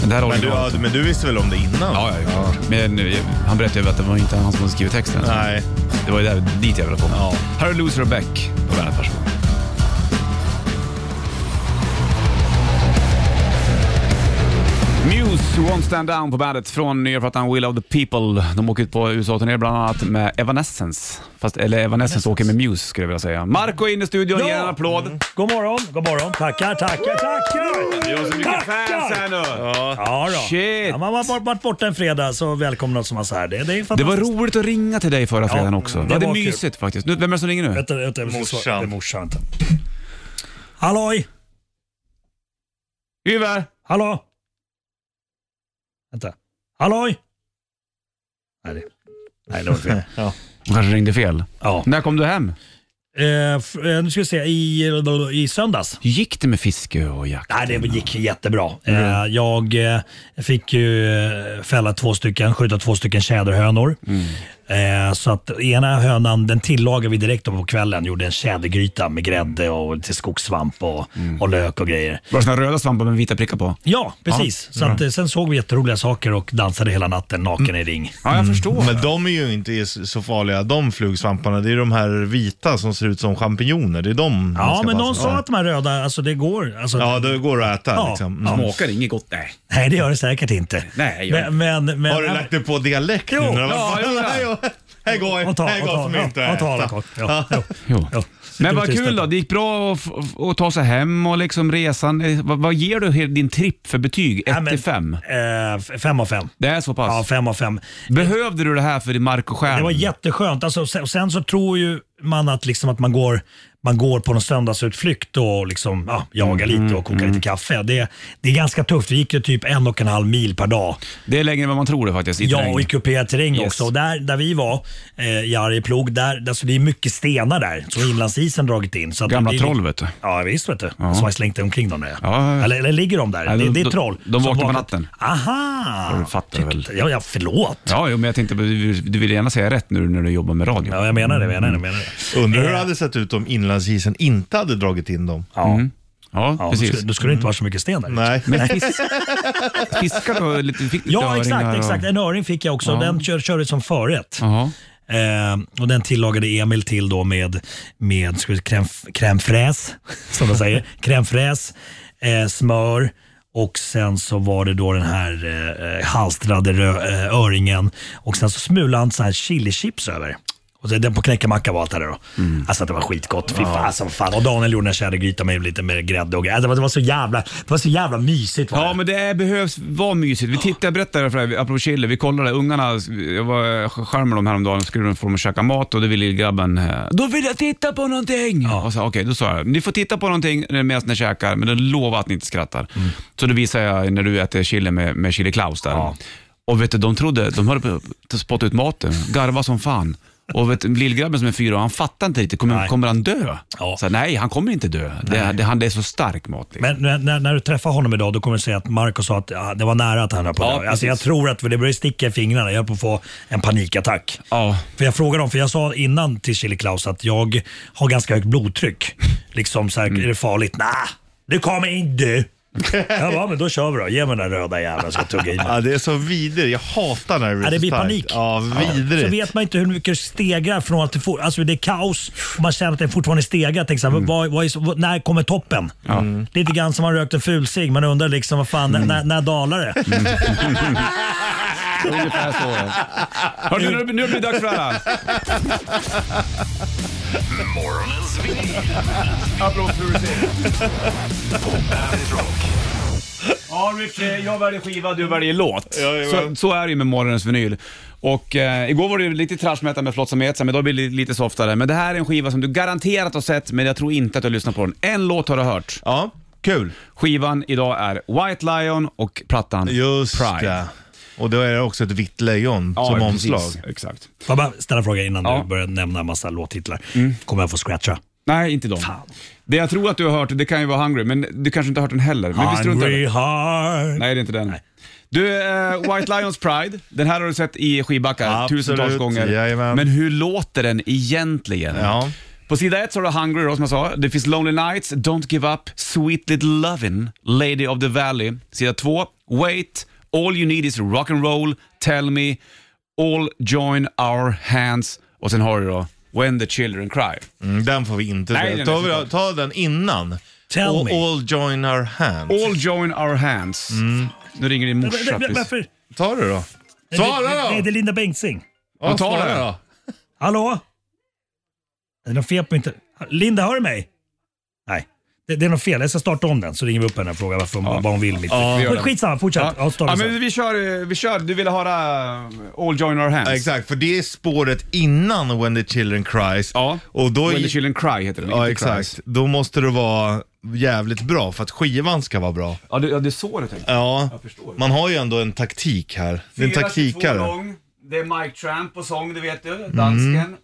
Speaker 2: Men det här
Speaker 3: men, du, ja,
Speaker 2: originalet.
Speaker 3: men du visste väl om det innan?
Speaker 2: Ja, ja, ja. Men eh, han berättade ju att det var inte han som hade skrivit texten.
Speaker 3: Nej.
Speaker 2: Det var ju där, dit jag ville komma.
Speaker 3: Ja.
Speaker 2: Här är Loser och Beck på Bandet. Varsågod. Muse, Won't Stand Down på bandet från nya plattan Will of the People. De åker ut på USA-turné bland annat med Evanescence. Fast, eller Evanescence åker med Muse skulle jag vilja säga. Marco är inne i studion, ge en applåd.
Speaker 8: Mm. God morgon, god morgon. Tackar, tackar, tackar.
Speaker 2: har så mycket fans här nu.
Speaker 8: Ja, då.
Speaker 2: Shit.
Speaker 8: Ja, man har varit- varit borta en fredag så välkomna som man säger. Det, det är fantastiskt.
Speaker 2: Det var roligt att ringa till dig förra fredagen också.
Speaker 8: det
Speaker 2: Det, det är
Speaker 8: var kul.
Speaker 2: mysigt faktiskt. Nu, vem är det som ringer nu?
Speaker 8: Vänta, vänta, jag måste svara.
Speaker 3: Morsan.
Speaker 8: Det är morsan. Vänta. Halloj!
Speaker 2: Yver!
Speaker 8: Hallå? Vänta. Halloj? Nej, det, nej, det var fel.
Speaker 2: Hon kanske ringde fel.
Speaker 8: Ja.
Speaker 2: När kom du hem?
Speaker 8: Eh, f- eh, nu ska vi se, i, i söndags.
Speaker 2: Hur gick det med fiske och jakt?
Speaker 8: Nej, det gick jättebra.
Speaker 3: Mm.
Speaker 8: Eh, jag eh, fick ju eh, fälla två stycken, skjuta två stycken tjäderhönor.
Speaker 3: Mm.
Speaker 8: Eh, så att ena hönan den tillagade vi direkt på kvällen. Gjorde en tjädergryta med grädde och till skogssvamp och,
Speaker 3: Mm.
Speaker 8: och lök och grejer.
Speaker 2: Var det såna röda svampar med vita prickar på?
Speaker 8: Ja, precis. Så
Speaker 3: Mm.
Speaker 8: att, eh, sen såg vi jätteroliga saker och dansade hela natten naken i ring.
Speaker 2: Ja, jag förstår.
Speaker 3: Men de är ju inte s- så farliga, de flugsvamparna. Det är de här vita som ser ut som champinjoner. Det är de man
Speaker 8: Ja,
Speaker 3: ska
Speaker 8: men
Speaker 3: passa
Speaker 8: någon
Speaker 3: sig
Speaker 8: sa
Speaker 3: för.
Speaker 8: att de här röda, alltså det går. Alltså,
Speaker 3: Ja, det går att äta
Speaker 8: Ja.
Speaker 3: liksom.
Speaker 8: Ja.
Speaker 3: Mm.
Speaker 2: Smakar inget gott. Nej.
Speaker 8: Nej, det gör det säkert inte.
Speaker 2: Nej, jag-
Speaker 8: men, men, men,
Speaker 3: Har du lagt dig på dialekt nu?
Speaker 8: Jo,
Speaker 3: när det var-
Speaker 8: ja, jo,
Speaker 3: ja. Här går
Speaker 8: Och ta,
Speaker 3: här
Speaker 8: och
Speaker 3: går
Speaker 8: ta,
Speaker 3: som
Speaker 8: ja,
Speaker 3: inte
Speaker 8: och ta
Speaker 3: äta.
Speaker 8: alla kort. Ja, jo,
Speaker 2: Jo.
Speaker 8: jo.
Speaker 2: Men vad
Speaker 8: Tyst
Speaker 2: kul
Speaker 8: detta.
Speaker 2: då. Det gick bra att, f- att ta sig hem och liksom resan. Eh, Vad, vad ger du he- din tripp för betyg? 1
Speaker 8: Ja, men,
Speaker 2: till 5?
Speaker 8: eh, f- fem av fem.
Speaker 2: Det är så pass?
Speaker 8: Ja, fem av fem.
Speaker 2: Behövde du det här för din mark och skärm?
Speaker 8: Det var jätteskönt. Alltså, och sen, och sen så tror ju man att, liksom att man, går, man går på någon söndagsutflykt och liksom, ja, jagar lite
Speaker 2: Mm,
Speaker 8: och kokar lite kaffe. Det, det är ganska tufft. Vi gick ju typ en och en halv mil per dag.
Speaker 2: Det är längre än vad man tror det faktiskt. I
Speaker 8: Ja,
Speaker 2: terräng.
Speaker 8: och i kuperad terräng
Speaker 2: Yes.
Speaker 8: också. Och där, där vi var eh, i Arjeplog, där, alltså, det är mycket stenar där som inlandsisen dragit in. Så att det
Speaker 2: Gamla
Speaker 8: blir-
Speaker 2: troll vet du.
Speaker 8: Ja visst vet du. Som har slängt omkring dem där.
Speaker 2: Ja, ja, ja.
Speaker 8: Eller, eller ligger de där?
Speaker 2: Nej,
Speaker 8: det,
Speaker 2: de-
Speaker 8: det är
Speaker 2: de-
Speaker 8: troll.
Speaker 2: de
Speaker 8: som
Speaker 2: vaknar på
Speaker 8: vaknat-
Speaker 2: natten.
Speaker 8: Aha!
Speaker 2: Ja, du fattar väl.
Speaker 8: Tyckte- Ja, ja, förlåt.
Speaker 2: Ja, jo, men jag tänkte, du du vill gärna säga rätt nu när du jobbar med radio.
Speaker 8: Ja, jag menar det. Jag menar det, jag menar det.
Speaker 3: Undrar hur
Speaker 8: Eh,
Speaker 3: det hade sett ut om inlandsisen inte hade dragit in dem.
Speaker 8: Ja,
Speaker 2: Ja,
Speaker 8: ja,
Speaker 2: precis.
Speaker 8: Då skulle, då skulle det inte vara så mycket sten där.
Speaker 3: Nej.
Speaker 2: Men fisk, fiskar du lite? Fick lite
Speaker 8: liksom. Ja,
Speaker 2: öringar
Speaker 8: exakt.
Speaker 2: och-
Speaker 8: exakt. En öring fick jag också. Den kör, körde som förrätt.
Speaker 2: Jaha.
Speaker 8: Eh, och den tillagade Emil till då med, med ska vi, crème, crème fraise, som de säger. crème fraise, eh, smör och sen så var det då den här eh, eh, halstrade rö- eh, öringen och sen så smulade han så här chilichips över. Och så den på knäckemacka var allt det där då. Alltså det var skitgott. Fy fan, alltså, fan. Och Daniel gjorde en tjädergryta med lite mer grädde och grejer. alltså, det, var, det, var så jävla, det var så jävla mysigt. Var
Speaker 2: Ja,
Speaker 8: det.
Speaker 2: men det är, behövs vara mysigt. Vi tittade, jag berättade för dig, apropå chili, vi kollade, ungarna, jag var skärm med dem häromdagen, skulle de få dem att käka mat och då ville grabben, eh, då vill jag titta på någonting. Och så, Okej, då sa jag, ni får titta på någonting medan ni käkar, men då lova att ni inte skrattar. Så då visade jag när du äter chili med, med chili Klaus där. Och vet du, de trodde, de höll på att spotta ut maten, garva som fan. Och vet, du, lillgrabben som är fyra, han fattar inte riktigt, kommer,
Speaker 8: Nej.
Speaker 2: kommer han dö?
Speaker 8: Ja.
Speaker 2: Så, nej, han kommer inte dö. Det, det, han, det är så stark mat. Liksom.
Speaker 8: Men när, när, när du träffar honom idag, då kommer du säga att Marco sa att ja, det var nära att han höll på
Speaker 2: Ja,
Speaker 8: ja, alltså, Jag
Speaker 2: precis.
Speaker 8: tror att för det börjar sticka i fingrarna. Jag höll på att få en panikattack.
Speaker 2: Ja.
Speaker 8: För jag frågade dem, för jag sa innan till Chili Klaus att jag har ganska högt blodtryck. Liksom så här,
Speaker 2: Mm.
Speaker 8: är det farligt? Nej, du kommer inte dö. Jag bara, men då kör vi då. Ge mig den där röda jäveln så jag tuggar i mig.
Speaker 3: Ja, det är så vidrigt. Jag hatar när det blir
Speaker 8: Ja, det
Speaker 3: så
Speaker 8: blir
Speaker 3: starkt.
Speaker 8: panik.
Speaker 3: Ja, vidrigt.
Speaker 8: Så vet man inte hur mycket det stegrar från att det, for, alltså det är kaos och man känner att det fortfarande stegrar. Tänk så här,
Speaker 2: Mm.
Speaker 8: vad, vad är, vad, när kommer toppen? Lite grann som man rökt en fulsig. Man undrar liksom, vad fan,
Speaker 2: Mm.
Speaker 8: när, när dalar det?
Speaker 2: Ungefär så. Hörru, nu, nu blir det dags för det här.
Speaker 1: Morgonens vinyl. Apropå På Bandit Rock.
Speaker 2: All Ulrik, eh, jag väljer skiva, du väljer låt. så,
Speaker 4: Jajamän.
Speaker 2: så är det ju med morgonens vinyl. Och eh, igår var det ju lite trashmätare med Flottsamhet, men idag blir det lite softare. Men det här är en skiva som du garanterat har sett, men jag tror inte att du har lyssnat på den. En låt har du hört.
Speaker 3: Ja, kul.
Speaker 2: Skivan idag är White Lion och plattan
Speaker 3: Just
Speaker 2: Pride.
Speaker 3: det. Och då är det också ett vitt lejon
Speaker 2: Ja,
Speaker 3: som
Speaker 2: precis.
Speaker 3: omslag.
Speaker 2: Exakt.
Speaker 8: Får jag bara ställa en fråga innan
Speaker 2: Ja. Mm.
Speaker 8: du börjar nämna en massa låttitlar? Kommer jag få scratcha?
Speaker 2: Nej, inte dem.
Speaker 8: Fan.
Speaker 2: Det jag tror att du har hört, det kan ju vara Hungry, men du kanske inte har hört den heller. Men vi struntar i det.
Speaker 8: Hungry heart.
Speaker 2: Nej, det är inte den. Du, eh, White Lions Pride, den här har du sett i skidbackar
Speaker 3: Absolut,
Speaker 2: tusentals gånger.
Speaker 3: jajamän.
Speaker 2: Men hur låter den egentligen?
Speaker 3: Ja.
Speaker 2: På sida ett så har du Hungry då, som jag sa. Det finns Lonely Nights, Don't Give Up, Sweet Little Lovin', Lady of the Valley. Sida två, Wait, All You Need Is Rock and Roll, Tell Me, All Join Our Hands och sen har du då When the Children Cry.
Speaker 3: Mm, den får vi inte
Speaker 2: Nej,
Speaker 3: spela.
Speaker 2: den
Speaker 3: ta,
Speaker 2: är
Speaker 3: vi-
Speaker 2: såklart.
Speaker 3: ta den innan.
Speaker 8: Tell
Speaker 3: all,
Speaker 8: me.
Speaker 3: all join our hands.
Speaker 2: All Join Our Hands. Nu ringer din
Speaker 8: Men-
Speaker 2: morsa.
Speaker 8: men- men-
Speaker 2: precis.
Speaker 8: Varför?
Speaker 3: Tar du då? Svara då!
Speaker 8: Nej, det är Linda Bengtzing.
Speaker 3: Ja,
Speaker 2: ta
Speaker 3: svara
Speaker 2: den.
Speaker 3: då.
Speaker 8: Hallå? Är det något fel på inte... Linda, hör du mig? Nej. Det, det är något fel. Jag ska starta om den så ringer vi upp henne och frågar varför, vad hon vill. Mitt.
Speaker 2: vi gör
Speaker 8: Men
Speaker 2: det.
Speaker 8: Skitsamma, fortsätt. Ja. starta
Speaker 2: ja,
Speaker 8: sen.
Speaker 2: men vi kör, eh, vi kör. Du ville höra eh, All Join Our Hands.
Speaker 3: Ja, exakt, för det är spåret innan When the Children Cries.
Speaker 2: Ja.
Speaker 3: Och då
Speaker 2: When the Children Cry heter den.
Speaker 3: Ja,
Speaker 2: inte
Speaker 3: exakt.
Speaker 2: Cries.
Speaker 3: Då måste det vara jävligt bra för att skivan ska vara bra.
Speaker 2: Ja, det, ja, det är så du tänker.
Speaker 3: Ja,
Speaker 2: förstår.
Speaker 3: man har ju ändå en taktik här. Det är en
Speaker 2: 4, 22
Speaker 3: taktikare. Mm.
Speaker 2: lång. Det är Mike Tramp på sång, det vet du. Dansken.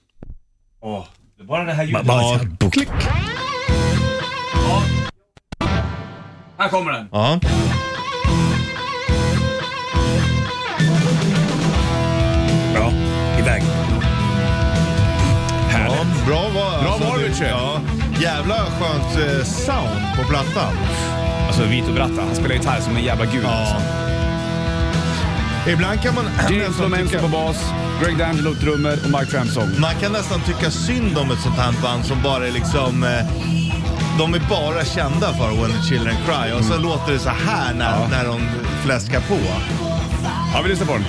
Speaker 2: Åh, det är bara det här ljudet.
Speaker 8: Bara-
Speaker 3: Klick.
Speaker 2: Här kommer den.
Speaker 3: Ja.
Speaker 8: Bra. Iväg.
Speaker 3: ja, bra var
Speaker 2: Bra var
Speaker 3: du-
Speaker 2: Richard.
Speaker 3: Ja. Jävla skönt eh, sound på plattan.
Speaker 2: Alltså Vito Bratta, han spelar gitarr som en jävla gud.
Speaker 3: Ja. Ibland kan man
Speaker 2: James
Speaker 3: nästan
Speaker 2: Lomenzo
Speaker 3: tycka,
Speaker 2: på bas, Greg D'Angelo trummor och Mike Tramp sång.
Speaker 3: man kan nästan tycka synd om ett sånt här band som bara är liksom... eh, De är bara kända för When the Children Cry och så
Speaker 2: Mm.
Speaker 3: låter det så här när, när de fläskar på.
Speaker 2: Ja, vi lyssnar på den.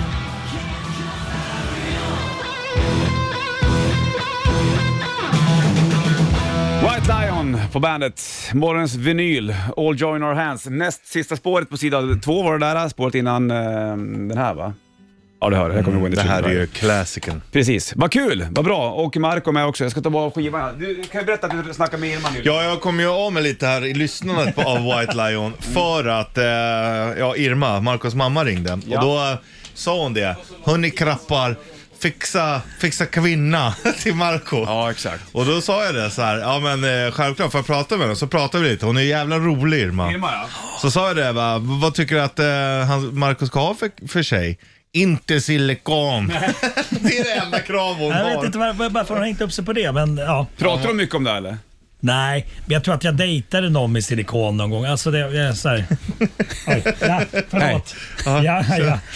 Speaker 2: White Lion på bandet. Morgonens vinyl, All Join Our Hands. Näst sista spåret på sida två var det där, äh, spåret innan eh, den här va? Ja, du hör det. Här kommer Windy
Speaker 3: Mm, Det här är
Speaker 2: Children.
Speaker 3: ju klassiken.
Speaker 2: Precis. Vad kul, vad bra. Och Marco med också. Jag ska ta bara skivan. här. Du kan ju berätta att du snackade med Irman nyligen.
Speaker 3: Ja, jag kom ju av mig lite här i lyssnandet på, av White
Speaker 2: Mm.
Speaker 3: Lion för att eh, ja, Irma, Marcos mamma, ringde.
Speaker 2: Ja.
Speaker 3: Och då eh, sa hon det. Hörni krappar, fixa, fixa kvinna till Marco.
Speaker 2: Ja, exakt.
Speaker 3: Och då sa jag det så här, ja men eh, självklart får jag prata med henne? Så pratade vi lite, hon är jävla rolig Irma.
Speaker 8: Mm.
Speaker 2: Irma ja.
Speaker 3: Så sa jag det, va, vad tycker du att eh, han, Marco ska ha för, för sig? Inte silikon. det är det enda krav hon
Speaker 8: Jag
Speaker 3: har.
Speaker 8: vet inte varför, varför hon hängt upp sig på det, men ja.
Speaker 2: Pratar de mycket om det här, eller?
Speaker 8: Nej, men jag tror att jag dejtade någon med silikon någon gång. Alltså det, jag är så här. Oj, ja, förlåt. Ja, ja,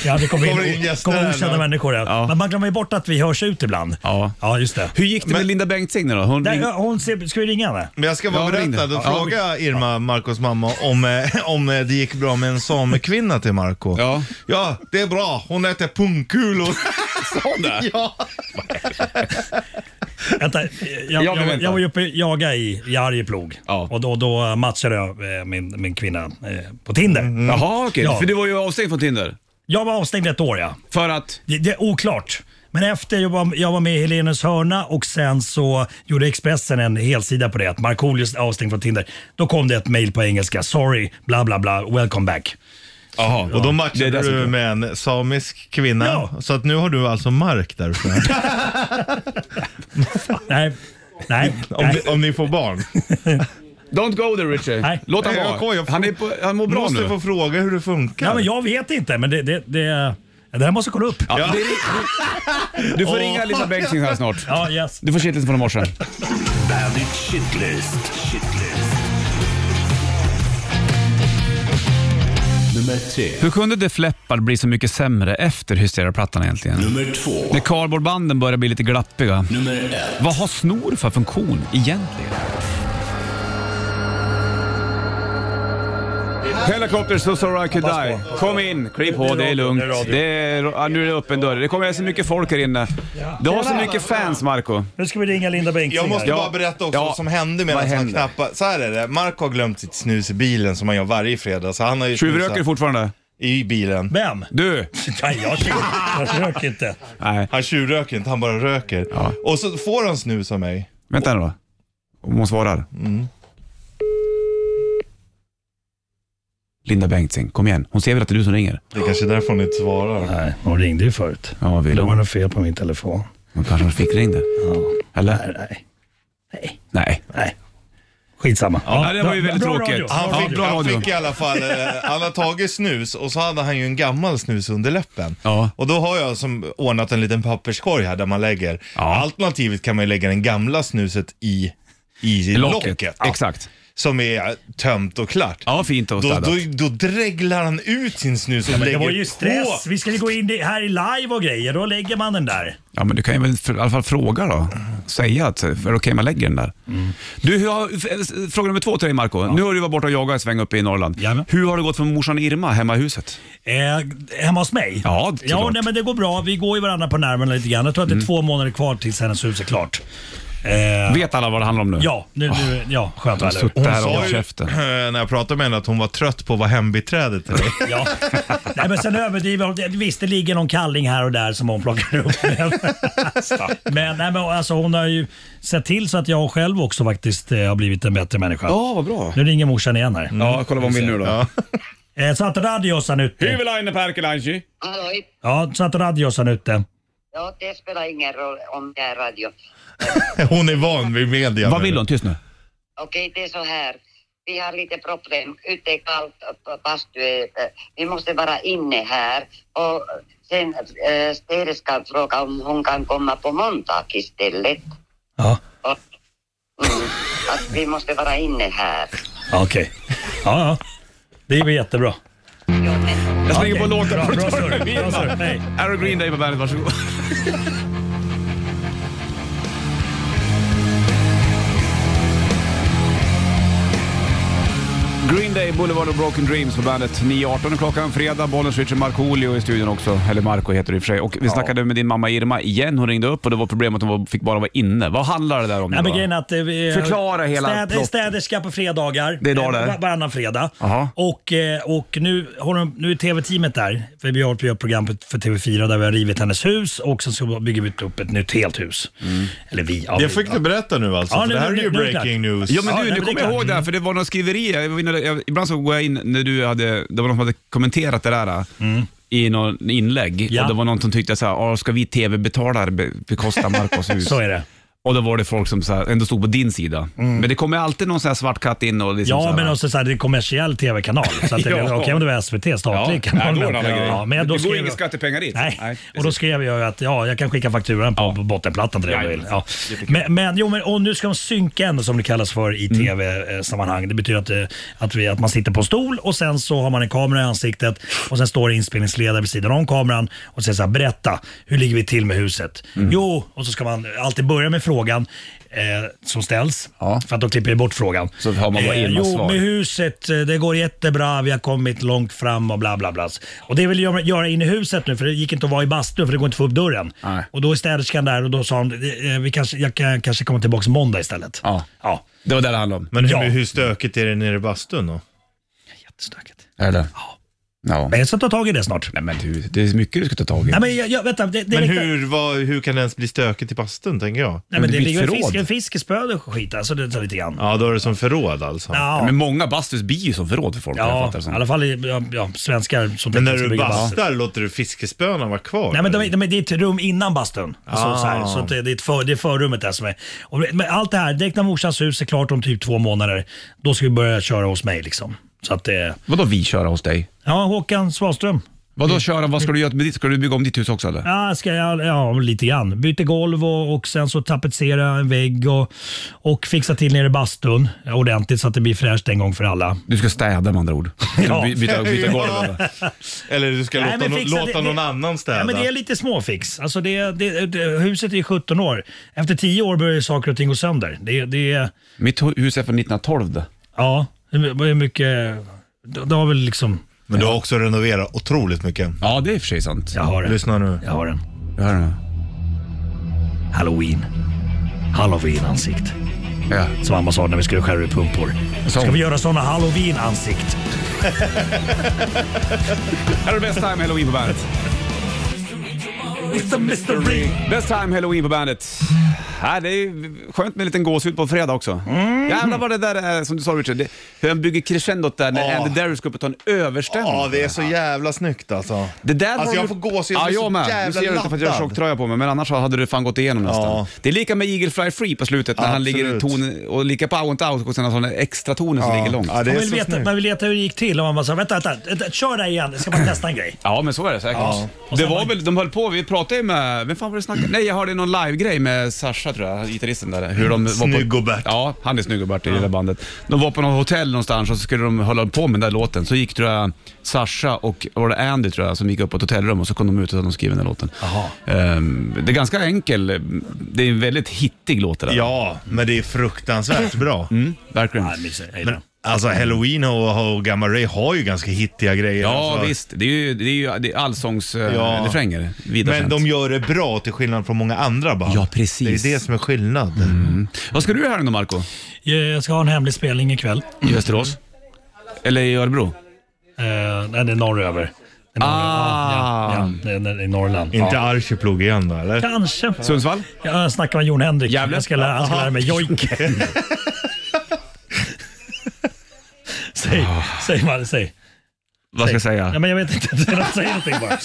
Speaker 8: ja, det kommer
Speaker 3: Kommer
Speaker 8: in,
Speaker 3: in gäster
Speaker 8: kommer
Speaker 3: här
Speaker 8: okända
Speaker 3: nu.
Speaker 8: människor. Ja. Men man glömmer ju bort att vi hörs ut ibland.
Speaker 2: Ja.
Speaker 8: Ja, just det.
Speaker 2: Hur gick det med Linda Bengtzing nu då? Hon
Speaker 8: Där,
Speaker 2: ring-
Speaker 8: hon ser, ska vi ringa henne?
Speaker 3: Men jag ska bara
Speaker 2: Ja, ring
Speaker 3: berätta,
Speaker 2: det.
Speaker 3: då
Speaker 2: Ja,
Speaker 3: frågade Irma, Marcos mamma, om, eh, om eh, det gick bra med en samekvinna till Marco.
Speaker 2: Ja.
Speaker 3: ja, det är bra. Hon äter pungkulor.
Speaker 2: Sa hon det?
Speaker 3: ja.
Speaker 8: Vänta, jag, jag,
Speaker 2: Jag
Speaker 8: jag,
Speaker 2: vill
Speaker 8: var-
Speaker 2: vänta.
Speaker 8: jag var ju uppe och jagade i, i Arjeplog
Speaker 2: Ja.
Speaker 8: och då, då matchade jag eh, min, min kvinna eh, på Tinder.
Speaker 2: Jaha, okej.
Speaker 8: Ja.
Speaker 2: För du var ju avstängd från Tinder.
Speaker 8: Jag var avstängd ett år ja.
Speaker 2: För att?
Speaker 8: Det, det är oklart. Men efter jag var, jag var med i Helenus hörna och sen så gjorde Expressen en helsida på det, att Markoolio är avstängd från Tinder. Då kom det ett mail på engelska. Sorry, bla bla bla, welcome back.
Speaker 2: Jaha.
Speaker 3: Och då
Speaker 2: Det är
Speaker 3: matchade
Speaker 2: det som
Speaker 3: du
Speaker 2: är-
Speaker 3: med en samisk kvinna.
Speaker 8: Ja.
Speaker 3: Så att nu har du alltså mark där uppe.
Speaker 8: Nej, nej,
Speaker 3: om,
Speaker 8: nej.
Speaker 3: ni- om ni får barn.
Speaker 2: Don't go there Richie.
Speaker 8: Nej.
Speaker 2: Låt han
Speaker 3: Nej, jag
Speaker 2: vara.
Speaker 3: skojar.
Speaker 2: Han, är på, han mår
Speaker 3: Du
Speaker 2: bra
Speaker 3: måste
Speaker 2: nu.
Speaker 3: få fråga hur det funkar.
Speaker 8: Ja, men jag vet inte, men det, det, det, det där måste jag kolla upp. Ja,
Speaker 2: Det är- du- Du får ringa Linda Bengtzing här snart.
Speaker 8: yes.
Speaker 2: Du får shitlisten från i morse.
Speaker 6: Bandit Shitlist. Shitlist. Nummer tre.
Speaker 2: Hur kunde Def Leppard bli så mycket sämre efter Hysteria-plattan egentligen?
Speaker 6: Nummer två.
Speaker 2: När cardboardbanden börjar bli lite glappiga.
Speaker 6: Nummer ett.
Speaker 2: Vad har snor för funktion egentligen? Helicopter, so sorry I could die. Kom in, kliv på, det är lugnt.
Speaker 8: Det är radio.
Speaker 2: Det är, ja, nu är det öppen dörr. Det kommer så mycket folk här inne. Du har så mycket fans, Marco.
Speaker 8: Nu ska vi ringa Linda Bengtzing
Speaker 3: Jag måste
Speaker 8: här.
Speaker 3: bara berätta också
Speaker 2: Ja.
Speaker 3: vad som hände
Speaker 2: Vad
Speaker 3: medan han
Speaker 2: hände?
Speaker 3: knappade. Så här är det, Marco har glömt sitt snus i bilen som han gör varje fredag. Så han har ju
Speaker 2: Tjuvröker du
Speaker 3: snusat
Speaker 2: fortfarande?
Speaker 3: i bilen.
Speaker 8: Vem?
Speaker 2: Du!
Speaker 8: Nej, jag röker- jag röker inte.
Speaker 2: Nej,
Speaker 3: Han tjuvröker inte, han bara röker.
Speaker 2: Ja.
Speaker 3: Och så får han snus av mig.
Speaker 2: vänta nu då. Om hon svarar. Linda Bengtzing, kom igen. Hon ser väl att det är du som ringer?
Speaker 3: Det är kanske är därför hon inte svarar.
Speaker 8: Nej, hon ringde ju förut.
Speaker 2: Ja, vill
Speaker 8: Det var
Speaker 2: hon.
Speaker 8: något fel på min telefon.
Speaker 2: Hon kanske fick ringde. Eller?
Speaker 8: Nej, nej.
Speaker 2: Nej.
Speaker 8: nej. Skitsamma.
Speaker 2: nej, det var ju väldigt tråkigt.
Speaker 3: Han
Speaker 2: Ja,
Speaker 3: fick,
Speaker 2: bra
Speaker 3: han
Speaker 2: radio.
Speaker 3: fick i alla fall, eh, han har tagit snus och så hade han ju en gammal snus under läppen.
Speaker 2: Ja.
Speaker 3: Och då har jag som ordnat en liten papperskorg här där man lägger. Alternativet kan man ju lägga den gamla snuset i, i locket.
Speaker 2: Locket. Exakt.
Speaker 3: Som är tömt och klart.
Speaker 2: Ja, fint och
Speaker 3: Då,
Speaker 2: städat.
Speaker 3: då, då dreglar han ut sin snus och lägger
Speaker 8: Det var ju stress.
Speaker 3: på.
Speaker 8: Vi skulle gå in i- här i live och grejer. Då lägger man den där.
Speaker 2: Ja, men du kan ju väl för, i alla fall fråga då. Säga att är det okej om man lägger den där. Du, hur har, f- fråga nummer två till dig Marco. Nu har du varit borta och jagat en sväng uppe i Norrland.
Speaker 8: Jajamän.
Speaker 2: Hur har det gått för morsan Irma hemma i huset?
Speaker 8: Eh, hemma hos mig?
Speaker 2: Ja, Mm. det är
Speaker 8: ja
Speaker 2: klart.
Speaker 8: nej, men det går bra. Vi går ju varandra på nerverna lite grann. Jag tror att det är två månader kvar tills hennes hus är klart. Eh,
Speaker 2: Vet alla vad det handlar om nu?
Speaker 8: ja, nu, nu, ja, skönt
Speaker 2: De
Speaker 8: va,
Speaker 2: har
Speaker 8: eller hur?
Speaker 2: suttit här och
Speaker 3: Sa
Speaker 2: hållit
Speaker 3: ju,
Speaker 2: käften.
Speaker 3: när jag pratade med henne att hon var trött på att vara hembiträdet till dig.
Speaker 8: Ja. Nej, men sen överdriver hon. Visst, det ligger någon kalling här och där som hon plockar upp. Men, men, nej, men alltså, hon har ju sett till så att jag själv också faktiskt eh, har blivit en bättre människa.
Speaker 2: Ja, vad bra.
Speaker 8: Nu ringer morsan igen här.
Speaker 2: Ja, kolla vad hon vill nu då.
Speaker 8: Eh, satt radiosan ute.
Speaker 2: Hyväläinen Pärkeläinsi.
Speaker 9: Halloj.
Speaker 8: Ja, satt radiosan ute.
Speaker 9: Ja, det spelar ingen roll om det är radio.
Speaker 3: Hon är van vid media.
Speaker 2: Vad vill hon? Tyst nu.
Speaker 9: Okej, det är så här. Vi har lite problem. Ute är kallt, äh, bastu är... äh, Vi måste vara inne här. Och sen äh, Stere ska fråga om hon kan komma på måndag istället.
Speaker 8: Ja,
Speaker 9: Och, mm, att vi måste vara inne här.
Speaker 8: ja, okej. Ja, ja. Det är väl jättebra.
Speaker 9: Jo, men,
Speaker 2: Jag slänger på låten.
Speaker 8: Bra,
Speaker 2: Bra,
Speaker 8: bra surr. Bra surr. Nej.
Speaker 2: Arrow Green Day på bandet, varsågod. Green Day, Boulevard of Broken Dreams på bandet. 9.18 klockan, fredag. Bollens Richard Markoolio i studion också. Eller Marco heter du i och för sig. Och vi snackade med din mamma Irma igen. Hon ringde upp och det var problem att hon var- fick bara vara inne. Vad handlar det där om? nu
Speaker 8: Nej, men
Speaker 2: då?
Speaker 8: grejen är att, eh, vi-
Speaker 2: Förklara hela
Speaker 8: städ,
Speaker 2: plotten.
Speaker 8: Städerska på fredagar.
Speaker 2: Det är idag
Speaker 8: eh,
Speaker 2: det.
Speaker 8: var- Varannan fredag.
Speaker 2: Jaha.
Speaker 8: Och, eh, och nu, har de, nu är TV-teamet där. För vi har ett vi gör ett program på- för TV4 där vi har rivit hennes hus och sen så bygger vi upp ett nytt helt hus.
Speaker 2: Mm.
Speaker 8: Eller vi. Ja,
Speaker 3: Jag
Speaker 8: vi-
Speaker 3: fick
Speaker 8: ja.
Speaker 3: du berätta nu alltså,
Speaker 8: Ja,
Speaker 3: för
Speaker 8: nu-
Speaker 3: det här
Speaker 8: nu-
Speaker 3: är ju
Speaker 8: nu är det
Speaker 3: breaking news.
Speaker 2: Ja men
Speaker 8: Ja,
Speaker 2: du,
Speaker 8: nej,
Speaker 2: nu
Speaker 8: men det
Speaker 2: kommer
Speaker 8: är
Speaker 2: jag
Speaker 8: klart.
Speaker 2: ihåg det här, för det var några skriverier. Jag var inne- jag, ibland så går jag in när du hade, det var någon som hade kommenterat det där i någon inlägg
Speaker 8: Mm. Ja.
Speaker 2: och det var någon som tyckte så här, "Ah, ska vi tv-betalare be- bekosta Marcos hus?
Speaker 8: Så är det. Mm.
Speaker 2: Och då var det folk som så här, ändå stod på din sida. Men det kommer alltid någon så här svart katt in och liksom så
Speaker 8: Ja,
Speaker 2: här,
Speaker 8: men alltså- också så här, det är en kommersiell tv-kanal. Så att det,
Speaker 2: Ja.
Speaker 8: Okej om det var SVT, statlig
Speaker 2: Ja,
Speaker 8: kanal.
Speaker 2: nej, då är det en annan grej.
Speaker 8: ja, men då
Speaker 2: Det går
Speaker 8: skrev
Speaker 2: inga
Speaker 8: jag-
Speaker 2: skattepengar dit.
Speaker 8: Nej.
Speaker 2: Nej,
Speaker 8: och då
Speaker 2: precis.
Speaker 8: skrev jag ju att ja, jag kan skicka fakturan på, på bottenplattan till dig om du vill. Ja. Men, men, jo, men och nu ska de synka ändå som det kallas för i
Speaker 2: Mm.
Speaker 8: tv-sammanhang. Det betyder att, eh, att, vi, att man sitter på en stol och sen så har man en kamera i ansiktet och sen står det inspelningsledare vid sidan om kameran och säger så här, berätta, hur ligger vi till med huset?
Speaker 2: Mm.
Speaker 8: Jo, och så ska man alltid börja med frågan eh, som ställs,
Speaker 2: Ja.
Speaker 8: för att då klipper vi bort frågan.
Speaker 2: Så har man bara Irmas
Speaker 8: Eh, Jo,
Speaker 2: svar.
Speaker 8: med huset, eh, det går jättebra, vi har kommit långt fram och bla bla bla. Och det vill jag göra in i huset nu för det gick inte att vara i bastun för det går inte att få upp dörren.
Speaker 2: Nej.
Speaker 8: Och då är städerskan där och då sa hon, eh, vi kanske, jag kan, kanske kommer tillbaka måndag istället.
Speaker 2: Ja.
Speaker 8: Ja,
Speaker 2: Det var det det handlade om.
Speaker 3: Men
Speaker 8: Ja.
Speaker 3: hur, hur stökigt är det nere i bastun då?
Speaker 8: jättestökigt.
Speaker 2: Är det Ja.
Speaker 8: Men jag ska ta tag i det snart.
Speaker 2: Nej men du, det är mycket du ska ta tag i.
Speaker 8: Nej men jag, jag, vänta, det, det är
Speaker 3: Men
Speaker 8: lite-
Speaker 3: hur, vad, hur kan det ens bli stökigt i bastun tänker jag?
Speaker 8: Nej, men
Speaker 2: det
Speaker 8: det,
Speaker 2: blir
Speaker 8: ligger
Speaker 2: ett
Speaker 8: ju fisk,
Speaker 2: förråd.
Speaker 8: en fiskespö och skit alltså det tar lite grann.
Speaker 3: Ja, då är det som förråd alltså.
Speaker 2: Ja,
Speaker 8: Ja,
Speaker 2: Men många bastus blir ju som förråd för folk. jag
Speaker 8: ja,
Speaker 2: fattar det
Speaker 8: i
Speaker 2: som.
Speaker 8: alla fall i, ja, ja, svenskar som
Speaker 3: Men när
Speaker 8: tänker sig
Speaker 3: du
Speaker 8: bygga
Speaker 3: bastar, låter du fiskespöna vara kvar?
Speaker 8: Nej men, de,
Speaker 3: eller?
Speaker 8: de, det är ett rum innan bastun. Alltså, Så, så, här,
Speaker 3: Ah.
Speaker 8: så att det, det, är ett för, det är förrummet där som är. Och, det- men allt det här, direkt när morsans hus är klart om typ två månader, då ska vi börja köra hos mig liksom. Så att det,
Speaker 2: Vadå vi köra hos dig?
Speaker 8: ja Håkan Svahlström. Mm.
Speaker 2: Vadå köra, vad ska du göra med ditt? Ska du bygga om ditt hus också eller?
Speaker 8: Ja, ska jag, ja lite grann. Byter golv och, och sen så tapetsera en vägg och, och fixa till nere i bastun ordentligt så att det blir fräscht en gång för alla.
Speaker 2: Du ska städa med andra ord.
Speaker 8: Ja.
Speaker 2: By, byta, byta golv eller?
Speaker 3: Eller du ska
Speaker 8: Nej,
Speaker 3: låta,
Speaker 8: men
Speaker 3: no-
Speaker 8: fixa det-
Speaker 3: låta
Speaker 8: det-
Speaker 3: någon annan städa?
Speaker 8: Ja, men det är lite småfix. Alltså det, det, det, huset är 17 år. Efter 10 år börjar saker och ting gå sönder. Det, det är...
Speaker 2: Mitt hu- hus är från 1912. det.
Speaker 8: Ja, hur hur mycket... då, då har väl liksom...
Speaker 3: Men du har också renoverat otroligt mycket.
Speaker 2: Ja, det är i och för sig sant.
Speaker 8: Jag har den.
Speaker 3: Lyssna nu.
Speaker 8: Jag har den.
Speaker 2: Jag hör den.
Speaker 8: Halloween. Halloween-ansikt.
Speaker 2: Ja.
Speaker 8: Som mamma sa när vi skulle skära i pumpor. Ska vi göra sådana halloween-ansikt?
Speaker 2: Här är Best Time Halloween på bandet.
Speaker 8: It's a mystery.
Speaker 2: Best Time Halloween på bandet. Ja, det är ju skönt med en liten gåshud på en fredag också.
Speaker 3: Mm.
Speaker 2: Jävlar vad det där är, som du sa Richard, det, hur han bygger crescendot där när
Speaker 3: Ja.
Speaker 2: Andy Darius ska upp och ta en överställning.
Speaker 3: Ja, det är så jävla snyggt alltså.
Speaker 2: Det där
Speaker 3: Alltså,
Speaker 2: har
Speaker 3: jag
Speaker 2: du-
Speaker 3: får gåshud.
Speaker 2: Ja,
Speaker 3: Jag blir så
Speaker 2: jag med.
Speaker 3: jävla
Speaker 2: Nu ser jag ut för att jag har
Speaker 3: laddad.
Speaker 2: tjocktröja på mig, men annars hade du fan gått igenom nästan.
Speaker 3: Ja.
Speaker 2: Det är lika med Eagle Fly Free på slutet när han
Speaker 3: Absolut.
Speaker 2: ligger i ton och lika på Out and Out och sen har han den extra tonen som ligger långt.
Speaker 3: Ja, det
Speaker 8: Man
Speaker 3: är
Speaker 8: vill,
Speaker 3: så
Speaker 8: veta,
Speaker 3: snyggt.
Speaker 8: man vill veta hur det gick till. Och man bara sa, vänta, vänta, vänta kör där igen. Jag ska bara testa en grej.
Speaker 2: Ja, men så är det säkert.
Speaker 3: Ja.
Speaker 2: Det var väl, de höll på, vi pratade ju med, vem fan var det snackade? Nej, jag hörde någon live-grej med Sasha tror jag, gitarristen där. Hur de var
Speaker 3: Snygg
Speaker 2: på,
Speaker 3: och Bert.
Speaker 2: Ja, han är snygg och Bert i det där bandet. De var på något hotell någonstans och så skulle de hålla på med den där låten. Så gick tror jag Sasha och var det Andy tror jag som gick upp på ett hotellrum och så kom de ut och de skrev den där låten. Ehm, det är ganska enkel, det är en väldigt hittig låt det där.
Speaker 3: Ja, men det är fruktansvärt bra.
Speaker 2: Mm, verkligen.
Speaker 8: Ja, mysigt. Jag gillar
Speaker 3: Men,
Speaker 8: den.
Speaker 3: alltså Halloween och, och Gamma Ray har ju ganska hittiga grejer.
Speaker 2: Ja,
Speaker 3: alltså.
Speaker 2: visst. Det är ju, det är ju det är allsångs eh,
Speaker 3: Ja.
Speaker 2: refränger,
Speaker 3: Men
Speaker 2: vidarsänds.
Speaker 3: de gör det bra till skillnad från många andra band.
Speaker 2: Ja, precis. Mm.
Speaker 3: Det är det som är skillnaden.
Speaker 2: Vad ska du göra här nu då, Marco?
Speaker 8: Jag ska ha en hemlig spelning ikväll.
Speaker 2: I Västerås? Eller i Örebro?
Speaker 8: Eh, nej, det är norröver. Det är norröver.
Speaker 2: Ah.
Speaker 8: Ja, ja, ja, det är- det är i Norrland.
Speaker 3: Inte
Speaker 8: Ja.
Speaker 3: Arjeplog igen då, eller?
Speaker 8: Kanske.
Speaker 2: Sundsvall?
Speaker 8: Jag snackar med Jon Henrik.
Speaker 2: Gävle?
Speaker 8: Jag ska lära, han ska lära mig jojk. säg,
Speaker 2: Ah.
Speaker 8: säg Malle, säg.
Speaker 2: Vad ska jag säga?
Speaker 8: Ja, men jag vet inte, säg någonting bara.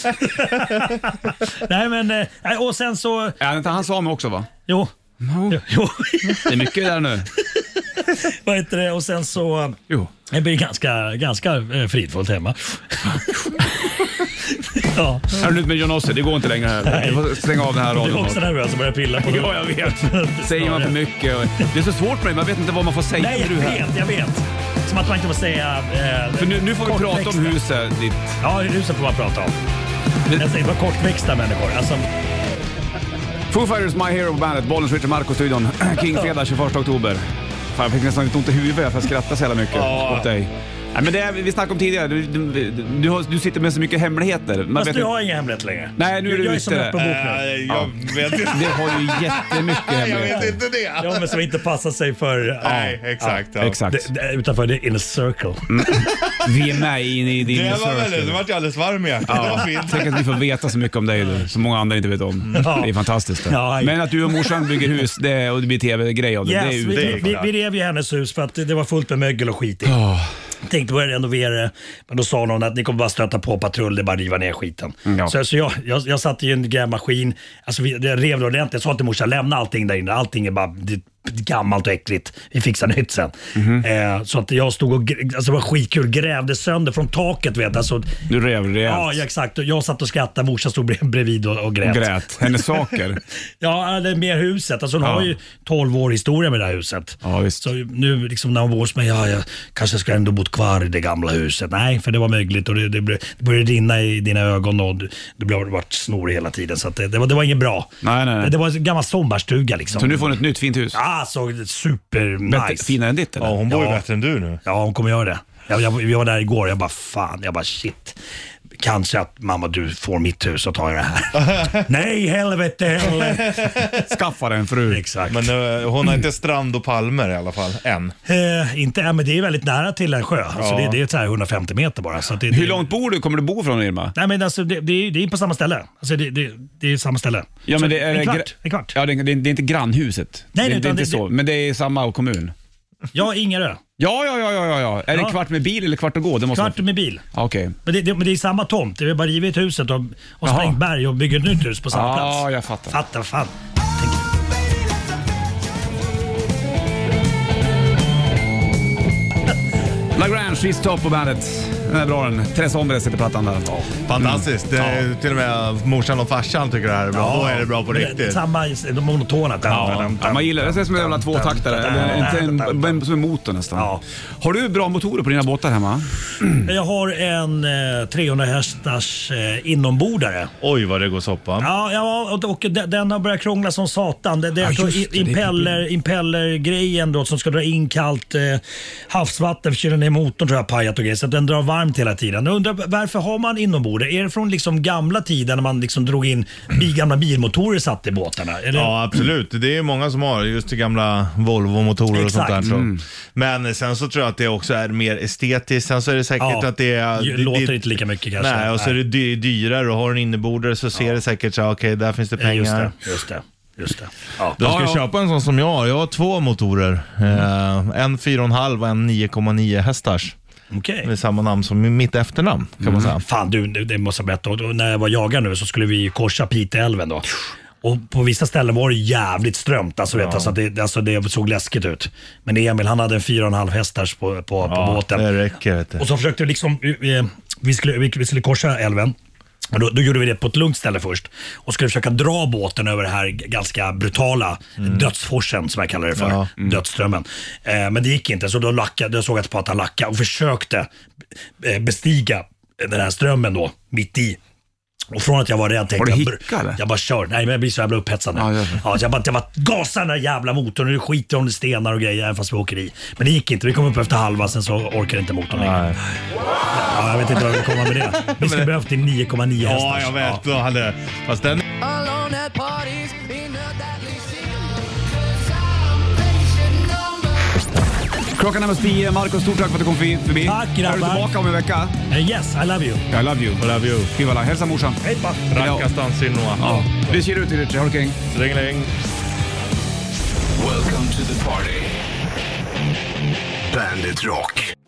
Speaker 8: nej men, eh, nej, och sen så,
Speaker 2: Är inte han same också va?
Speaker 8: jo. Jo, jo.
Speaker 2: Det är mycket där nu.
Speaker 8: vad heter det? Och sen så,
Speaker 2: Jo.
Speaker 8: det blir ganska, ganska eh, fridfullt hemma. ja,
Speaker 2: Här är du ute med John Osse, det går inte längre här. Du får stänga av den här
Speaker 8: du var
Speaker 2: radion.
Speaker 8: också nervös och började pilla på
Speaker 2: Ja, jag vet. Säger man för mycket och... Det är så svårt för mig, man vet inte vad man får säga.
Speaker 8: Nej, jag
Speaker 2: Du här.
Speaker 8: vet, jag vet. Som att man inte får säga... Eh,
Speaker 2: För nu, nu får vi prata om
Speaker 8: kortväxta.
Speaker 2: huset ditt.
Speaker 8: Ja, huset får man prata om.
Speaker 2: Men-
Speaker 8: Jag säger bara kortväxta människor. Alltså,
Speaker 2: Foo Fighters, My Hero Bandet, Bollens Richard Marco-studion. Kingfredag 21 oktober. Fan, jag fick nästan lite ont i huvudet för jag skrattade så jävla mycket åt dig. Nej, men det är, vi snackade om tidigare, du, du, du, har- du sitter med så mycket hemligheter. Man
Speaker 8: fast
Speaker 2: vet
Speaker 8: du
Speaker 2: inte-
Speaker 8: har inga hemligheter längre.
Speaker 2: Nej, nu är
Speaker 8: jag,
Speaker 2: du
Speaker 8: jag är
Speaker 2: ute.
Speaker 8: som öppen bok nu.
Speaker 3: Nej, Eh, jag vet inte.
Speaker 2: Det har ju jättemycket
Speaker 3: Jag
Speaker 2: hemligheter.
Speaker 3: vet inte det.
Speaker 8: Ja, men som inte passar sig för... ja,
Speaker 3: Nej, exakt. Ja.
Speaker 2: Exakt.
Speaker 8: det- det- utanför the inner circle.
Speaker 2: Vi är med in i din
Speaker 3: Det var
Speaker 2: circle.
Speaker 3: väldigt, det vart jag alldeles varm i hjärtat. Det var fint.
Speaker 2: Tänk att vi får veta så mycket om dig du, som många andra inte vet om. Det är fantastiskt. Det.
Speaker 8: Ja, ja.
Speaker 2: Men att du och morsan bygger hus det, och det blir tv-grej av det,
Speaker 8: Yes,
Speaker 2: det är ju...
Speaker 8: vi, vi,
Speaker 3: klart.
Speaker 8: vi rev ju hennes hus för att det det var fullt med mögel och skit i. Tänkte börja renovera det, men då sa någon att ni kommer bara stöta på patrull, det är bara att riva ner skiten.
Speaker 2: Mm, Ja.
Speaker 8: Så, så jag, jag, jag satte ju en grävmaskin, alltså vi, jag rev det ordentligt. Jag sa till morsan, lämna allting där inne, allting är bara det, det är gammalt och äckligt. Vi fixar nytt sen.
Speaker 2: Mhm.
Speaker 8: Eh, så att jag stod och, gr- alltså det var skitkul, grävde sönder från taket vet alltså,
Speaker 2: Du rev rejält.
Speaker 8: Ja, ja, exakt. Och Jag satt och skrattade, morsan stod bre- bredvid och, och grät.
Speaker 2: Grät. Hennes saker.
Speaker 8: Ja, det är mer huset. Alltså, hon
Speaker 2: Ja.
Speaker 8: har ju 12 år historia med det här huset.
Speaker 2: Ja, visst.
Speaker 8: Så nu liksom, när hon bor hos mig, ja, jag kanske ska ändå bott kvar i det gamla huset. Nej, för det var möjligt och det, det, blev- det började rinna i dina ögon och du, du blev, varit snorig hela tiden. Så att det, det, var, det var inget bra.
Speaker 2: Nej, nej, nej.
Speaker 8: Det, det var en gammal sommarstuga liksom.
Speaker 2: Så nu får hon ett nytt fint hus.
Speaker 8: Ja, så
Speaker 2: Bättre,
Speaker 8: super nice.
Speaker 2: Finare än ditt eller?
Speaker 3: Ja, hon bor ju
Speaker 8: Ja.
Speaker 3: bättre än du nu.
Speaker 8: Ja, hon kommer göra det. Jag, jag, jag var där igår jag bara fan, jag bara shit. Kanske att mamma du får mitt hus och tar jag det här. Nej, helvete, helvete.
Speaker 2: Skaffa dig en fru.
Speaker 8: Exakt.
Speaker 3: Men eh, hon har inte strand och palmer i alla fall, än.
Speaker 8: Eh, inte än, men det är väldigt nära till en sjö. Alltså
Speaker 3: Ja.
Speaker 8: det, det är så här 150 meter bara. Så att det,
Speaker 2: Hur
Speaker 8: det,
Speaker 2: långt bor du? Kommer du bo från Irma?
Speaker 8: Nej, men alltså, det, det, är, det är på samma ställe. Alltså det, det, det är samma ställe.
Speaker 2: Ja, men
Speaker 8: Så
Speaker 2: det är,
Speaker 8: en
Speaker 2: gra-
Speaker 8: kvart. En kvart.
Speaker 2: Ja, det, är, det är inte grannhuset.
Speaker 8: Nej,
Speaker 2: det, det är
Speaker 8: utan
Speaker 2: inte
Speaker 8: det-
Speaker 2: så. Men det är samma kommun.
Speaker 8: Ja, Ingarö.
Speaker 2: Ja, ja, ja, ja, ja, ja. Är det
Speaker 8: Ja.
Speaker 2: kvart med bil eller kvart att gå? Det måste
Speaker 8: Kvart
Speaker 2: vara-
Speaker 8: med bil.
Speaker 2: Ja, Okej.
Speaker 8: Men det, det, men det är samma tomt. Vi har bara rivit huset och, och
Speaker 2: Jaha. Ah,
Speaker 8: sprängt berg och bygger ett nytt hus på samma
Speaker 2: Ja,
Speaker 8: plats.
Speaker 2: jag fattar.
Speaker 8: Fattar fan.
Speaker 2: Lagrange, She's Top på bandet. Den är bra den. Therese Omberes heter plattan där.
Speaker 3: Fantastiskt. Det är ju till och med morsan och farsan tycker det här är bra. Då är det bra på
Speaker 8: Men
Speaker 3: riktigt.
Speaker 8: Samma, de monotona.
Speaker 2: Ja, man gillar det. Det är som en jävla tvåtaktare. Eller inte en, men som en motor nästan.
Speaker 8: Ja.
Speaker 2: Har du bra motorer på dina båtar hemma?
Speaker 8: Jag har en eh, 300 hästars eh, inombordare.
Speaker 3: Oj vad det går soppa.
Speaker 8: Ja, ja och, och de- den har börjat krångla som satan. Det, det, jag tror
Speaker 2: just det,
Speaker 8: i-
Speaker 2: det är
Speaker 8: impeller, impellergrejen då som ska dra in kallt eh, havsvatten för kylen ner motorn tror jag har pajat och grejer. Så att den drar varmt hela tiden. Jag undrar varför har man inombord? Är det från liksom gamla tiden när man liksom drog in bi, gamla bilmotorer satt i båtarna? Är det,
Speaker 3: Ja, absolut. Det är ju många som har just det gamla Volvo-motorer och sånt där.
Speaker 8: Exakt. Mm.
Speaker 3: så. Men sen så tror jag att det också är mer estetiskt. Sen så är det säkert
Speaker 8: Ja.
Speaker 3: att det är...
Speaker 8: Ju-
Speaker 3: det-
Speaker 8: låter
Speaker 3: det-
Speaker 8: inte lika mycket kanske.
Speaker 3: Nej, och så är det dy- dyrare och har en innebordare så ser det säkert så här, okej, där finns det
Speaker 8: Eh, Just
Speaker 3: pengar.
Speaker 8: det, just det. Just det. Ja.
Speaker 3: Du ska
Speaker 2: Ja, ja.
Speaker 3: köpa en sån som jag har. Jag har två motorer. Eh, en 4,5 och en 9,9 hästars.
Speaker 8: Okej.
Speaker 3: Med samma namn som mitt efternamn kan man säga.
Speaker 8: Fan du, det det måste jag berätta. Och då- När jag var jagare nu så skulle vi korsa Piteälven då. Och på vissa ställen var det jävligt strömt. Alltså, vet, alltså, det, alltså, det såg läskigt ut. Men Emil han hade en 4,5 hästars på, på, på båten.
Speaker 3: det räcker vet du.
Speaker 8: Och så försökte vi liksom, vi, vi, skulle, vi, vi skulle korsa älven. Och då, då gjorde vi det på ett lugnt ställe först och skulle försöka dra båten över det här g- ganska brutala dödsforsen som jag kallar det för.
Speaker 3: Mm. Ja. Mm.
Speaker 8: Dödsströmmen. Eh, men det gick inte så då lackade, jag såg jag att han lackade och försökte eh, bestiga den här strömmen då mitt i. Och från att jag var rädd tänkte
Speaker 2: du
Speaker 8: jag,
Speaker 2: hicka, eller?
Speaker 8: jag bara kör. Nej men jag blir så jävla upphetsad nu.
Speaker 2: Ja,
Speaker 8: Ja,
Speaker 2: gör det.
Speaker 8: så jag bara, jag bara gasar den där jävla motorn och det skiter om det är stenar och grejer även fast vi åker i. Men det gick inte. Vi kom upp efter halva sen så orkade inte motorn längre.
Speaker 3: Nej.
Speaker 8: Ja, jag vet inte vad jag vill komma med det. Vi skulle behövt till 9,9
Speaker 3: Ja,
Speaker 8: hästar.
Speaker 3: jag vet. Då hade, fast den
Speaker 2: Klockan är närmast tio. Marco, stort tack för att du kom fi- förbi.
Speaker 8: Tack, grabbar.
Speaker 2: Är du tillbaka om en vecka?
Speaker 8: Ja. Eh, Yes, I love you.
Speaker 2: I love you.
Speaker 3: I love you.
Speaker 2: Skriv alla. Hälsa morsan.
Speaker 8: Hej då.
Speaker 4: Rackastans i Noah.
Speaker 2: Ja. Vi kör ut i Richie. Ha det kring.
Speaker 4: Ringeling.
Speaker 6: Welcome to the party. Bandit Rock.